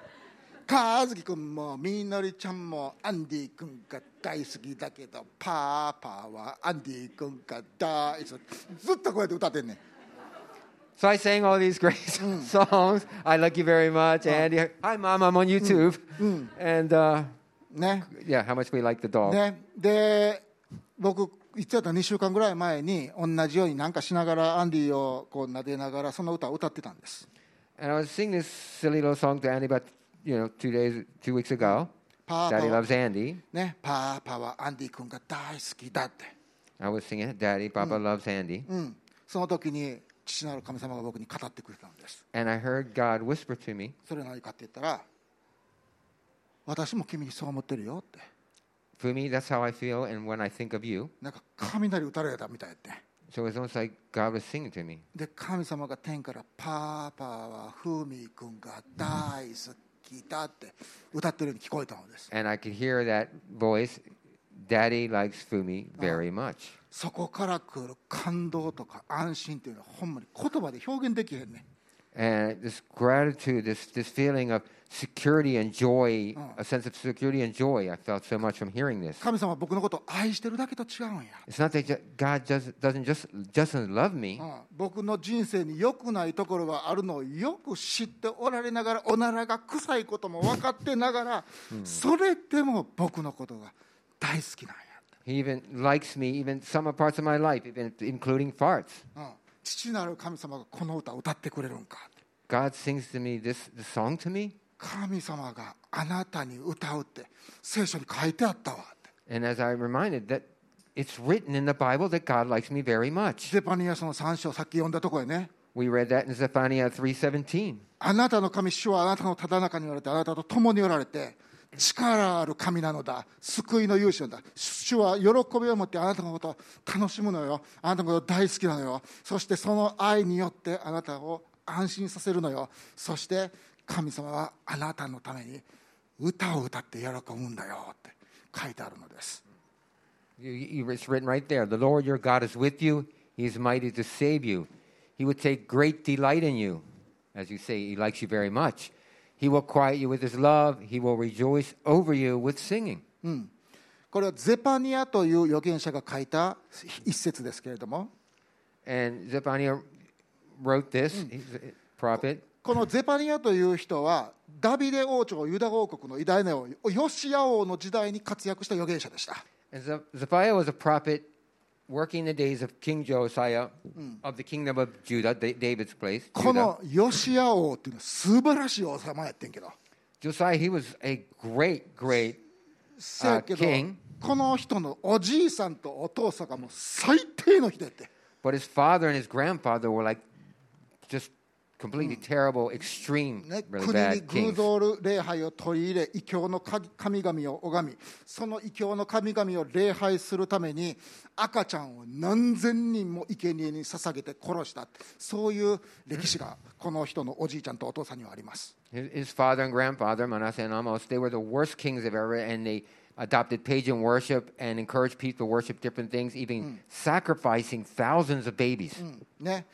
A: 和樹君もみのりちゃんもアンディ君が大好きだけどパパはアンディ君が大好きずっとこうやって歌ってんねん
B: So I sang all these great songs. I like you very much, Andy. Hi, mom. I'm on YouTube. And uh,
A: ね
B: yeah, how much we like the dog.
A: ね、で僕言ってた2週間ぐらい前に同じようになんかしながらアンディをこう撫でながらその歌を歌ってたんです
B: And I was singing this silly little song to Andy about you know two days, two weeks ago.
A: Papa.
B: Daddy loves Andy.
A: ねパパはアンディ君が大好きだって、
B: I was singing it. Daddy, Papa loves Andy.
A: うん、その時に父なる神様が僕に語ってくれたんです
B: And I heard God whisper to me,
A: それは何かって言ったら私も君にそう思ってるよって
B: "For me, that's how I feel, and when I think of you."
A: なんか雷打たれたみたいやって
B: So it's almost like God was singing to me.
A: で神様が天から「パパはふみ君が大好きだ」って歌ってるように聞こえたのです
B: And I could hear that voice Daddy likes Fumi very much.
A: そこから来る感動とか安心というのはほんまに言葉で表現できへんねん
B: And this gratitude, this, this feeling of security and joy, a sense of security and joy, I felt so much from hearing this.
A: 神様は僕のことを愛してるだけと違うんや
B: It's not that ju- God just doesn't just doesn't love me.
A: うん僕の人生に良くないところがあるのをよく知っておられながらおならが臭いことも分かってながら、それでも僕のことが大好きなんやって、
B: He even likes me, even some parts of my life, even including farts.
A: うん父なる神様がこの歌を歌ってくれるんかって
B: God sings to me this, this song to me,
A: 神様があなたに歌うって聖書に書いてあったわって。
B: and as I'm reminded that it's written in the Bible that God likes me very much.
A: ゼパニア書の3章さっき読んだとこやね
B: We read that in Zephaniah 3:17.
A: あなたの神主はあなたのただ中におられてあなたと共におられて力ある神なのだ救いの勇士なのだ主は喜びを持ってあなたのことを楽しむのよあなたのこと大好きなのよそしてその愛によってあなたを安心させるのよそして神様はあなたのために歌を歌って喜ぶんだよって書いてあるのです
B: You, you, it's written right there. The Lord your God is with you. He is mighty to save you. He would take great delight in you. As you say, he likes you very much. He will quiet you with his love. He will rejoice over you with singing.
A: これはゼパニアという預言者が書いた一節ですけれども
B: And Zephaniah wrote this, he's a prophet.
A: このゼパニアという人はダビデ王朝ユダ王国の偉大な王ヨシア王の時代に活躍した預言者でした
B: And Ze- Zephaniah was a prophet working the days of King Josiah of the kingdom of Judah, Da- David's place.
A: こ
B: Judah.
A: のヨシア王っていうのは素晴らしい王様やってんけど
B: Josiah, he was a great, great.
A: せやけど
B: king
A: この人のおじいさんとお父さんがもう最低の人やって
B: But his father and his grandfather were like just completely terrible, extreme,
A: ね、
B: really
A: 国に
B: bad
A: 偶
B: kings.
A: 像礼拝を取り入れ異教の神々を拝みその異教の神々を礼拝するために赤ちゃんを何千人も生贄に捧げて殺したそういう歴史がこの人のおじいちゃんとお父さんにはあります。
B: His his father and grandfather, Manasseh and Amos, they were the worst kings of ever, and they adopted pagan worship and encouraged people to worship different things, even sacrificing thousands of babies.
A: ね、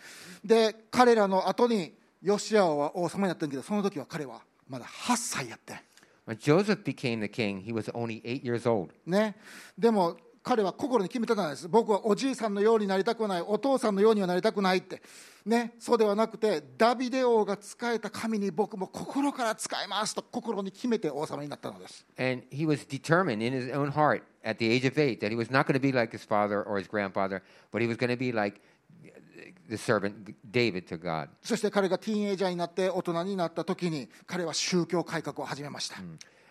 A: で彼らの後にヨシア王は王様になってんけどその時は彼はまだ8歳やってん。
B: When Joseph became the king, he was only eight years old.
A: ね、でも彼は心に決めてたんです僕はおじいさんのようになりたくないお父さんのようにはなりたくないって、ね、そうではなくてダビデ王が仕えた神に僕も心から仕えますと心に決めて王様になったのです
B: And he was determined in his own heart at the age of eight that he was not going to be like his father or his grandfather, but he was going to be like uh, the servant David to God.
A: そして彼がティーンエイジャーになって大人になった時に彼は宗教改革を始めました、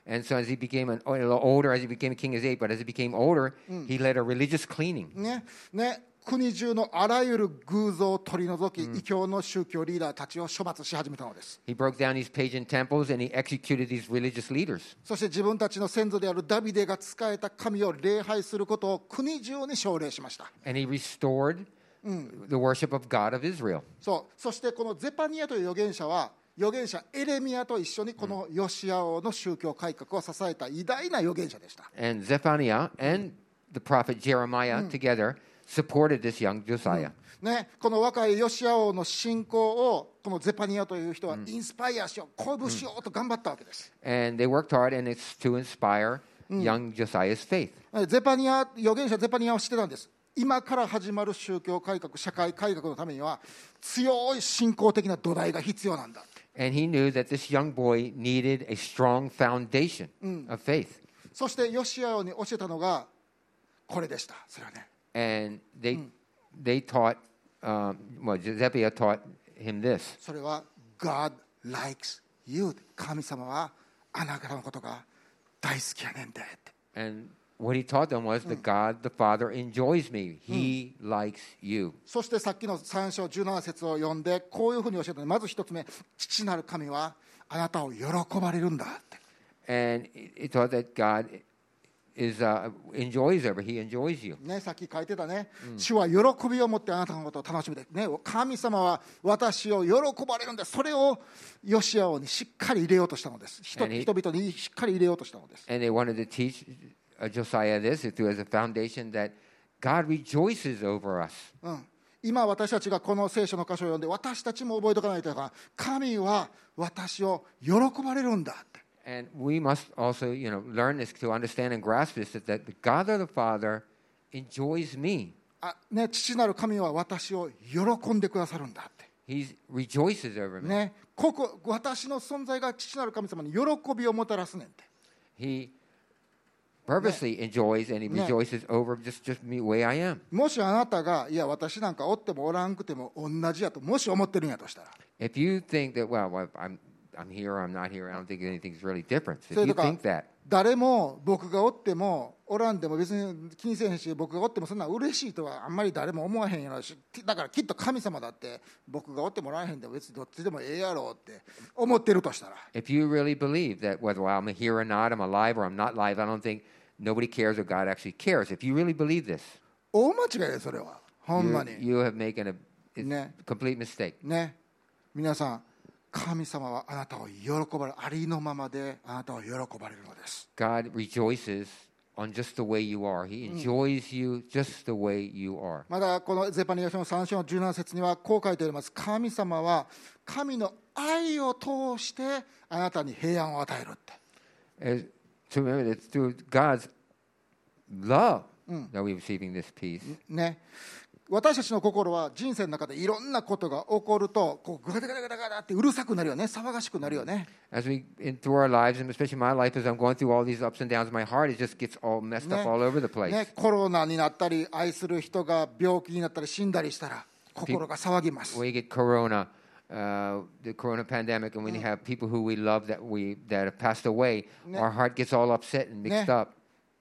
B: And so as he became an, a little older, as he became a king, he was eight, but as he became older, he led a religious cleaning.
A: ねね、国中のあらゆる偶像を取り除き、異教の宗教リーダーたちを処罰し始めたのです
B: He broke down these pagan temples and he executed these religious leaders.
A: そして自分たちの先祖であるダビデが仕えた神を礼拝することを国中に奨励しました
B: And he restored the worship of God of Israel.
A: そうそしてこのゼパニアという預言者は預言者エレミアと一緒にこのヨシア王の宗教改革を支えた偉大な預言者でした、
B: And Zephaniah and the prophet Jeremiah together supported this young Josiah.
A: ね、この若いヨシア王の信仰をこのゼパニアという人はインスパイアしよう鼓舞しようと頑張ったわけです、
B: and they worked hard and it's to inspire young josiah's faith
A: ゼパニア預言者ゼパニアは知ってたんです今から始まる宗教改革社会改革のためには強い信仰的な土台が必要なんだ
B: and he knew that this young boy needed a strong foundation of faith
A: そしてヨシア王に教えたのがこれでした。それはね、
B: and they they taught um, well Zephaniah taught him this
A: それは God likes you 神様はあなたのことが大好きやねんでって。
B: and what he taught them was that god the father enjoys me he likes you
A: そしてさっきの3章17節を読んでこういうふうに教えたのまず一つ目父なる神はあなたを喜ばれるんだって
B: and he taught that god is uh, enjoys over. He enjoys you.
A: ね、さっき書いてたね、主は喜びを持ってあなたのことを楽しみで、ね、神様は私を喜ばれるんです、それをヨシア王にしっかり入れようとしたのです、人
B: And he-
A: 人々にしっかり入れようとしたのです。
B: And they wanted to teach uh, Josiah this through as a foundation that God rejoices over us.
A: うん、今、私たちがこの聖書の箇所を読んで、私たちも覚えておかないといけない、神は私を喜ばれるんだって、
B: And we must also, you know, learn this to understand and grasp this that, that the God of the Father enjoys me.
A: あね、父なる神は私を喜んでくださるんだって。
B: He rejoices over me.
A: ね、ここ私の存在が父なる神様に喜びをもたらすねんって。
B: He purposely enjoys and he
A: Yeah.
B: rejoices over just, just me the way I am.
A: もしあなたが、いや、私なんかおってもおらんくても同じやと、もし思ってるんやとしたら、
B: If you think that, well, well, I'm, I'm here, I'm not here, I don't think anything's really different. If
A: So
B: you
A: look, uh,
B: think that,
A: 誰も僕がおっても、おらんでも別に気にせえへんし、僕がおってもそんな嬉しいとはあんまり誰も思わへんやろし、きだからきっと神様だって、僕がおってもおらんへんでも別にどっちでもええやろうって思ってるとしたら、
B: if you really believe that whether I'm here or not, I'm alive or I'm not alive, I don't think nobody cares or God actually cares. If you really believe this,
A: 大間違いでそれは、ほんま
B: you,
A: に。
B: you have made a it's
A: Yeah.
B: complete mistake.
A: ね、皆さん、神様はあなたを喜ばれ、ありのままであなたを喜ばれるのです。
B: God rejoices on just the way you are. He enjoys you just the way you are.
A: まだこのゼパニア書の3章の17節にはこう書いております神様は神の愛を通してあなたに平安を与えるって、
B: As, to remember that through God's love that we're receiving this peace.
A: ね、私たちの心は人生の中でいろんなことが起こるとこうガタガタガタガタってうるさくなるよね騒がしくなるよね
B: As we in through our lives, and especially my life, as I'm going through all these ups and downs, my heart it just gets all messed up
A: Yeah.
B: all over the place.
A: ねコロナになったり愛する人が病気になったり死んだりしたら心が騒ぎます、
B: We get corona, uh, the corona pandemic, and when you have people who we love that we that have passed away, our heart gets all upset and mixed
A: Yeah.
B: up.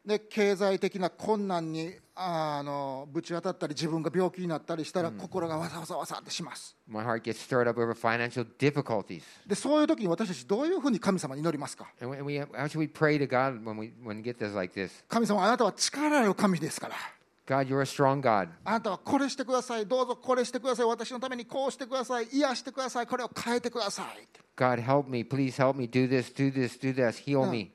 A: で経済的な困難にあーあのぶち当たったり自分が病気になったりしたら心がわさわさわさってします
B: My heart gets stirred up over financial difficulties.
A: でそういう時に私たちどういうふうに神様に祈りますか
B: And we, we how should we pray to God when we when we get this like this?
A: 神様あなたは力ある神ですから
B: God, you're a strong God.
A: あなたはこれしてくださいどうぞこれしてください私のためにこうしてください癒してくださいこれを変えてください
B: God, help me. Please help me. Do this. Do this. Do this. Heal me.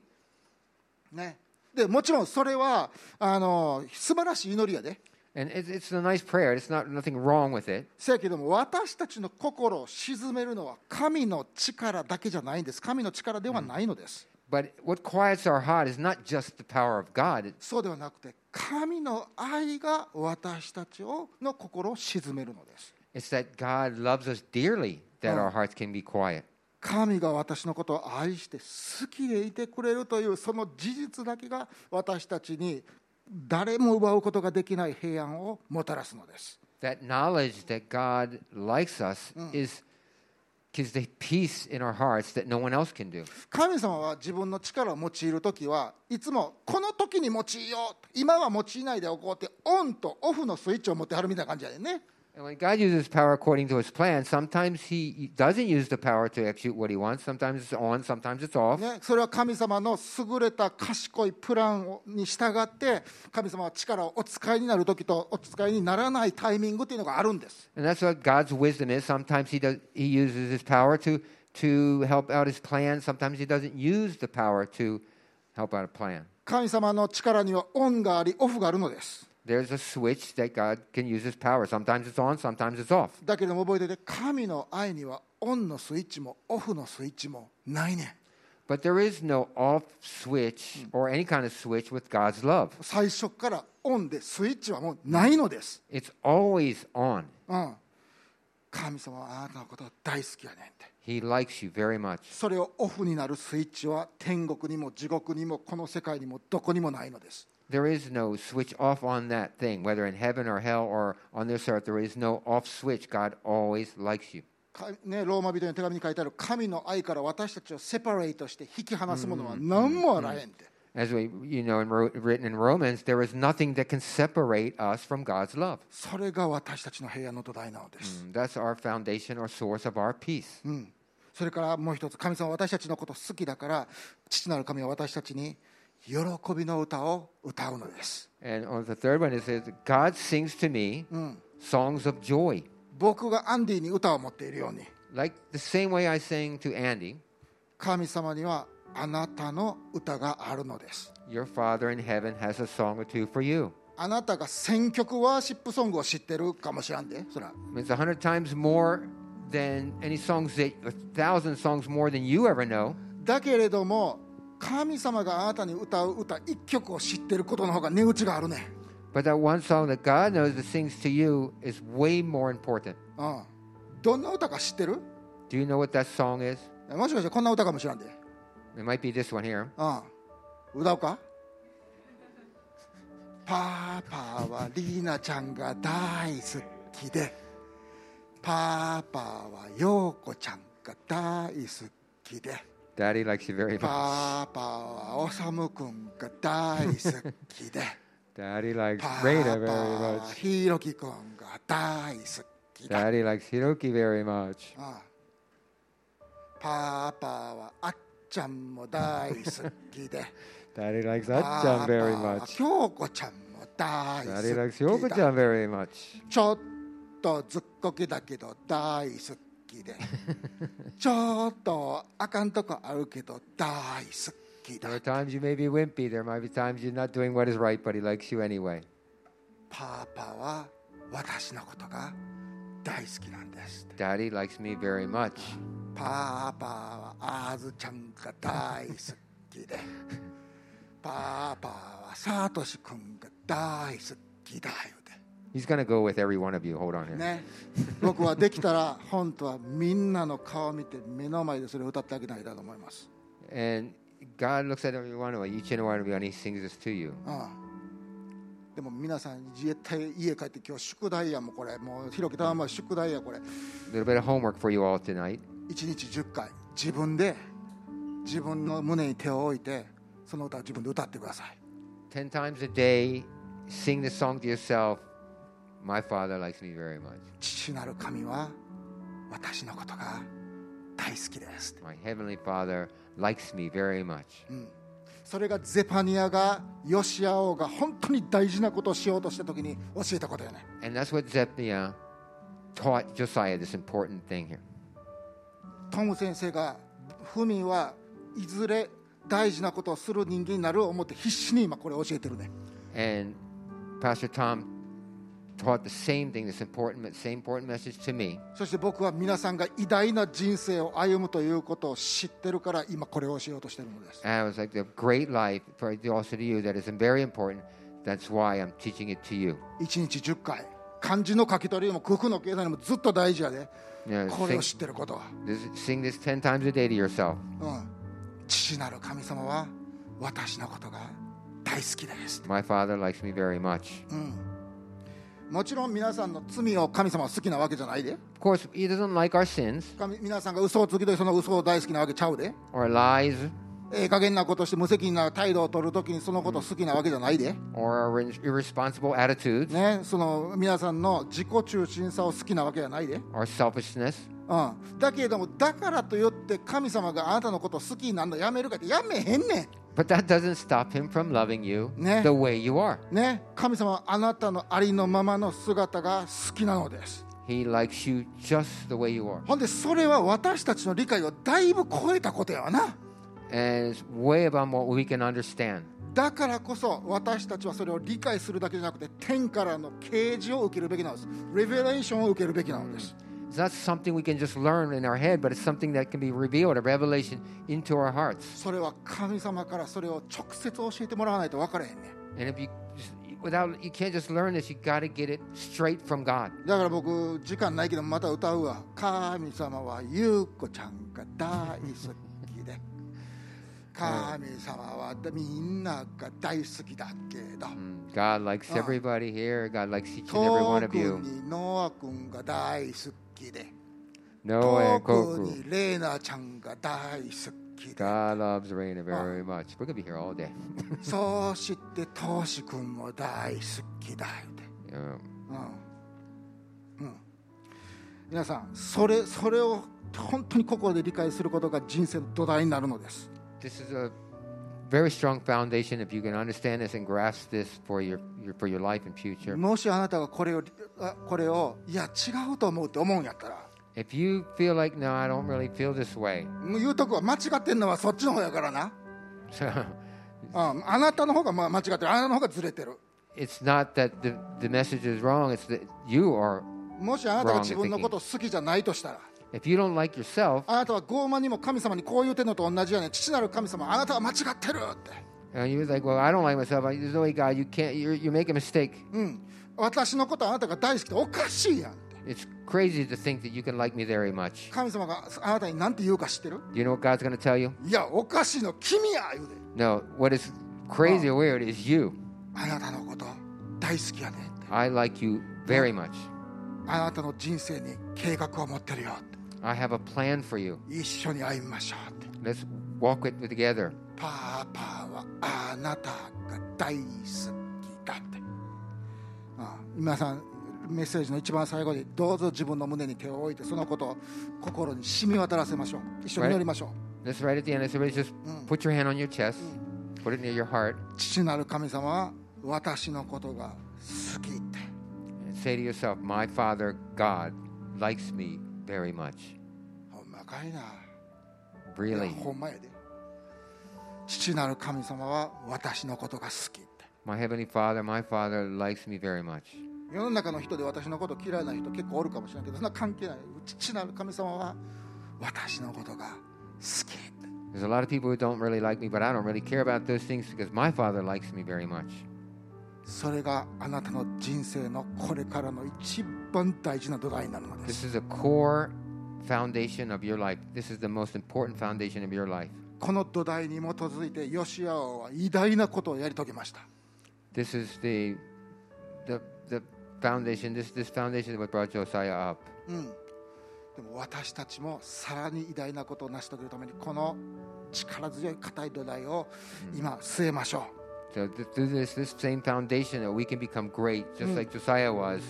A: ねでもちろんそれはあの素晴らしい祈りやで
B: And it's, it's a nice prayer. It's not nothing wrong with it.
A: せやけども私たちの心を鎮めるのは神の力だけじゃないんです神の力ではないのです、
B: But what quiets our heart is not just the power of God. It's
A: そうではなくて神の愛が私たちをの心を鎮めるのです
B: It's that God loves us dearly that our hearts can be quiet.
A: 神が私のことを愛して好きでいてくれるというその事実だけが私たちに誰も奪うことができない平安をもたらすのです。
B: That knowledge that God likes us is gives the peace in our hearts that no one else can do.
A: 神様は自分の力を用いる時はいつもこの時に用いよう今は用いないでおこうってオンとオフのスイッチを持ってはるみたいな感じやでね
B: And when God uses power according to his plan, sometimes he doesn't use the power to execute what he wants. Sometimes it's on, sometimes it's off.
A: ねそれは神様の優れた賢いプランをに従って神様は力をお使いになる時とお使いにならないタイミングっていうのがあるんです。
B: And that's what God's wisdom is. Sometimes he does he uses his power to to help out his plan. Sometimes he doesn't use the power to help out a plan.
A: 神様の力にはオンがありオフがあるのです。
B: There's a switch that God can use his power. Sometimes it's on, sometimes it's off.
A: だけども覚えてて神の愛にはオンのスイッチもオフのスイッチもないねん
B: But there is no off switch or any kind of switch with God's love.
A: 最初からオンでスイッチはもうないのです、
B: It's always on.
A: うん、神様はあなたのことが大好きやねんって
B: He likes you very much.
A: それをオフになるスイッチは天国にも地獄にもこの世界にもどこにもないのです、
B: There is no switch off on that thing, whether in heaven or hell or on this earth. There is no off switch. God always likes you.
A: かね、ローマ人への手紙に書いてある神の愛から私たちをセパレートして引き離すものは何もあらへんって、
B: As we, you know, in, Ro- written in Romans, there is nothing that can separate us from God's love.
A: それが私たちの平安の土台なのです、
B: Mm, That's our foundation or source of our peace.
A: それからもう一つ、神様は私たちのこと好きだから、父なる神は私たちに喜びの歌を歌うのです。
B: And on the third one, it says, God sings to me songs of joy,
A: 僕がアンディに歌を持っているように、
B: like the same way I sang to Andy.
A: 神様にはあなたの歌があるのです。
B: Your Father in heaven has a song or two for you.
A: あなたが選曲ワーシップソングを知ってるかもしらんで、そら。
B: It's a hundred times more than any songs that a thousand songs more than you ever know.
A: だけれども、神様があなたに歌う歌一曲を知ってることの方が値打ちがあるね。
B: But that one song that God knows that sings to you is way more important.
A: うん。どんな歌か知ってる
B: Do you know what that song is?
A: もしかしてこんな歌かもしらんで。
B: It might be this one here.
A: うん。歌おうかパパはリーナちゃんが大好きで、パパはヨーコちゃんが大好きで、
B: Daddy likes you very much.
A: パパはオサムくんが大好きで、
B: Daddy likes
A: パパ
B: Rada very
A: は
B: much.
A: ヒロキくんが大好きだ。
B: Daddy likes Hiroki very much.
A: ああパパはあっちゃんも大好きで。
B: Daddy likes
A: あ
B: Achan very much.
A: 京子ちゃんも大
B: Daddy
A: 好
B: likes
A: きだ。
B: Hyoko-chan very much.
A: ちょっとずっこけだけど大好きで。ちょっとあかんとこあるけど大好きだ
B: There。are times you may be wimpy. There might be times you're not doing what is right, but he likes you anyway.
A: パパは私のことが大好きなんですって。
B: Daddy likes me very much.
A: パパはあずちゃんが大好きで。パパはさとしくんが大好きだよで。
B: He's going to go with every one of you. Hold on here.
A: ね、僕はできたら本当はみんなの顔を見て目の前でそれを歌ってあげたいなと思います、
B: And God looks at every one of you, each and every one of you, and he sings this to you.
A: うん、でも皆さん絶対家帰って今日宿題やもうこれもう広木たま宿題やこれ
B: A little bit of homework for you all tonight.
A: 1日10回自分で自分の胸に手を置いてその歌を自分で歌ってください
B: Ten times a day, sing this song to yourself. My father likes me very much.
A: 父なる神は私のことが大好きです、
B: My heavenly father likes me very much.
A: それがゼパニアがヨシア王が本当に大事なことをしようとした時に教えたことよね
B: And that's what Zephaniah taught Josiah, this important thing here.
A: トム先生がフミンはいずれ大事なことをする人間になるを思って必死に今これ教えてるね
B: And Pastor Tom taught the same thing, this important, same important message to me.
A: そして僕は皆さんが偉大な人生を歩むということを知ってるから今これを教えようとしてるのです
B: And I was like, the great life, for also to you, that is very important. That's why I'm teaching it to you.
A: 1日10回漢字の書き取りも工夫の計算にもずっと大事やで
B: You know,
A: これ
B: sing,
A: を知ってることは、
B: this- sing this 10 times a day to yourself.
A: うん、父なる神様は私のことが大好きです、
B: My father likes me very much.
A: うん、もちろん皆さんの罪を神様は好きなわけじゃないで
B: Of course, he doesn't like our sins
A: 神皆さんが嘘をつきといてその嘘を大好きなわけちゃうで
B: or lies
A: ええ加減なことして無責任な態度を取るときにそのこと好きなわけじゃないで、
B: or our irre- irresponsible attitudes
A: ね、その皆さんの自己中心さを好きなわけじゃないで、
B: or selfishness.
A: うん、だけれどもだからといって神様があなたのこと好きになるのやめるかってやめへんね
B: But that doesn't stop him from loving you
A: Ne.
B: the way you are.
A: ん、ね、神様はあなたのありのままの姿が好きなのです
B: He likes you just the way you are.
A: ほんでそれは私たちの理解をだいぶ超えたことやわな
B: And it's way above what we can understand.
A: だからこそ私たちはそれを理解するだけじゃなくて天からの啓示を受けるべきなのですレベレーションを受けるべきなのです、
B: It's not something we can just learn in our head, but it's something that can be revealed, a revelation into our hearts.
A: それは神様からそれを直接教えてもらわないと分からへんね
B: And if you just, without, you can't just learn this, you got to get it straight from God.
A: だから僕時間ないけどまた歌うわ神様は優子ちゃんが大好きで神様はみんなが大好きだけど
B: Mm, God likes
A: Ah.
B: everybody here. God likes each and every
A: 遠
B: one of
A: く
B: you.
A: にノア君が大好きで
B: Noah
A: 遠
B: and
A: く
B: Koku.
A: にレイナちゃんが大好きで
B: God loves Raina very much. We're going to be here all day.
A: そしてトシ君も大好きだよって
B: Um,
A: うんうん、皆さんそれそれを本当にここで理解することが人生の土台になるのです、
B: this is a very strong foundation if you can understand this and grasp this for your, your for your life and future.
A: もしあなたがこれをあこれをいや違うと思うって思うんやったら
B: If you feel like no, I don't really feel this way,
A: もう言うとこは間違ってんのはそっちの方やからな、
B: so
A: うん、あなたの方がまあ間違ってるあなたの方がずれてる
B: it's not that the the message is wrong. It's that you are.
A: もしあなたが自分のことを好きじゃないとしたら
B: If you don't like yourself,
A: あなたは傲慢にも神様にこう言うてんのと同じやねん父なる神様あなたは間違ってるって、
B: and you're uh, like, well, I don't like myself. I- There's no way, God, you can't. You're, you make a mistake.
A: うん、私のことあなたが大好きでおかしいやんって
B: It's crazy to think that you can like me very much.
A: 神様があなたに何て言うか知ってる
B: Do you know what God's going to tell you?
A: いやおかしいの君や言うで
B: No. What is crazy or weird is you.
A: あなたのこと大好きやねんって
B: I like you very much.
A: あなたの人生に計画を持ってるよって
B: I have a plan for you.
A: 一緒に歩みましょうって
B: Let's walk it together.
A: パーパーはあなたが大好きだってあ皆さんメッセージの一番最後にどうぞ自分の胸に手を置いてそのことを心に染み渡らせましょう一緒に祈りましょ
B: Let's right at the end. Let's everybody just put your hand on your chest, put it near your heart,
A: う父なる神様は私のことが好きって
B: and say to yourself, "My Father God likes me very much.
A: ほんまかいな
B: Really,
A: いやほんまやで父なる神様は私のことが好きって
B: my heavenly Father, my Father likes me very much."
A: 世の中の人で私のこと嫌いな人結構おるかもしれないけどそんな関係ない父なる神様は私のことが好きって
B: There's a lot of people who don't really like me, but I don't really care about those things because my Father likes me very much.
A: それがあなたの人生のこれからの一番大事な土台になるのです
B: This is a core foundation of your life. This is the most important foundation of your life.
A: この土台に基づいてヨシア王は偉大なことをやり遂げました
B: This is the the the foundation. This this foundation is what brought Josiah up.
A: でも私たちもさらに偉大なことを成し遂げるためにこの力強い硬い土台を今据えましょ
B: So th- through this this same foundation that we can become great, just like Josiah was,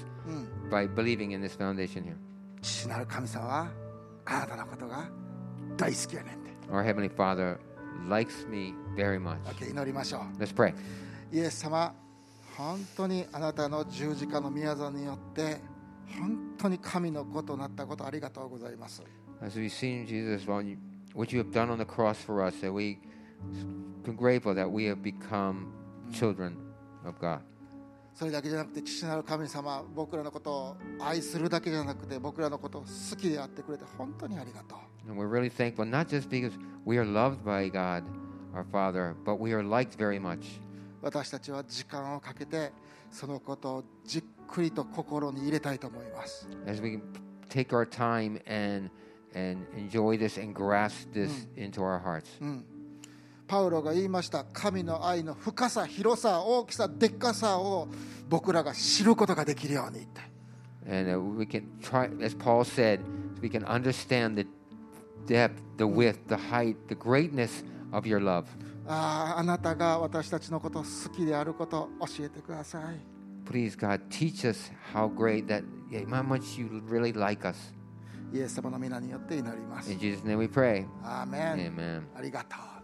B: by believing in this foundation here.
A: う父なる神様はあなたのことが大好きやねんで
B: Our heavenly Father likes me very much.
A: OK 祈りましょう
B: Let's pray.
A: イエス様本当にあなたの十字架の宮座によって本当に神の子となったことありがとうございます
B: As we've seen Jesus, well, you- what you have done on the cross for us, that we are grateful that we have become children of God.
A: それだけじゃなくて父なる神様僕らのことを愛するだけじゃなくて僕らのことを好きでやってくれて本当にありがとう
B: And we're really thankful, not just because we are loved by God, our Father, but we are liked very much.
A: 私たちは時間をかけてそのことをじっくりと心に入れたいと思います
B: As we take our time and and enjoy this and grasp this into our hearts.
A: パウロが言いました神の愛の深さ広さ大きさでっかさを僕らが知ることができるようにって
B: And uh, we can try, as Paul said, we can understand the depth, the width, the height, the greatness of your love.
A: あああなたが私たちのことを好きであることを教えてください
B: Please, God, teach us how great that, yeah, how much you really like us.
A: イエス様の皆によって祈ります
B: In Jesus' name we pray.
A: アーメン
B: Amen.
A: ありがとう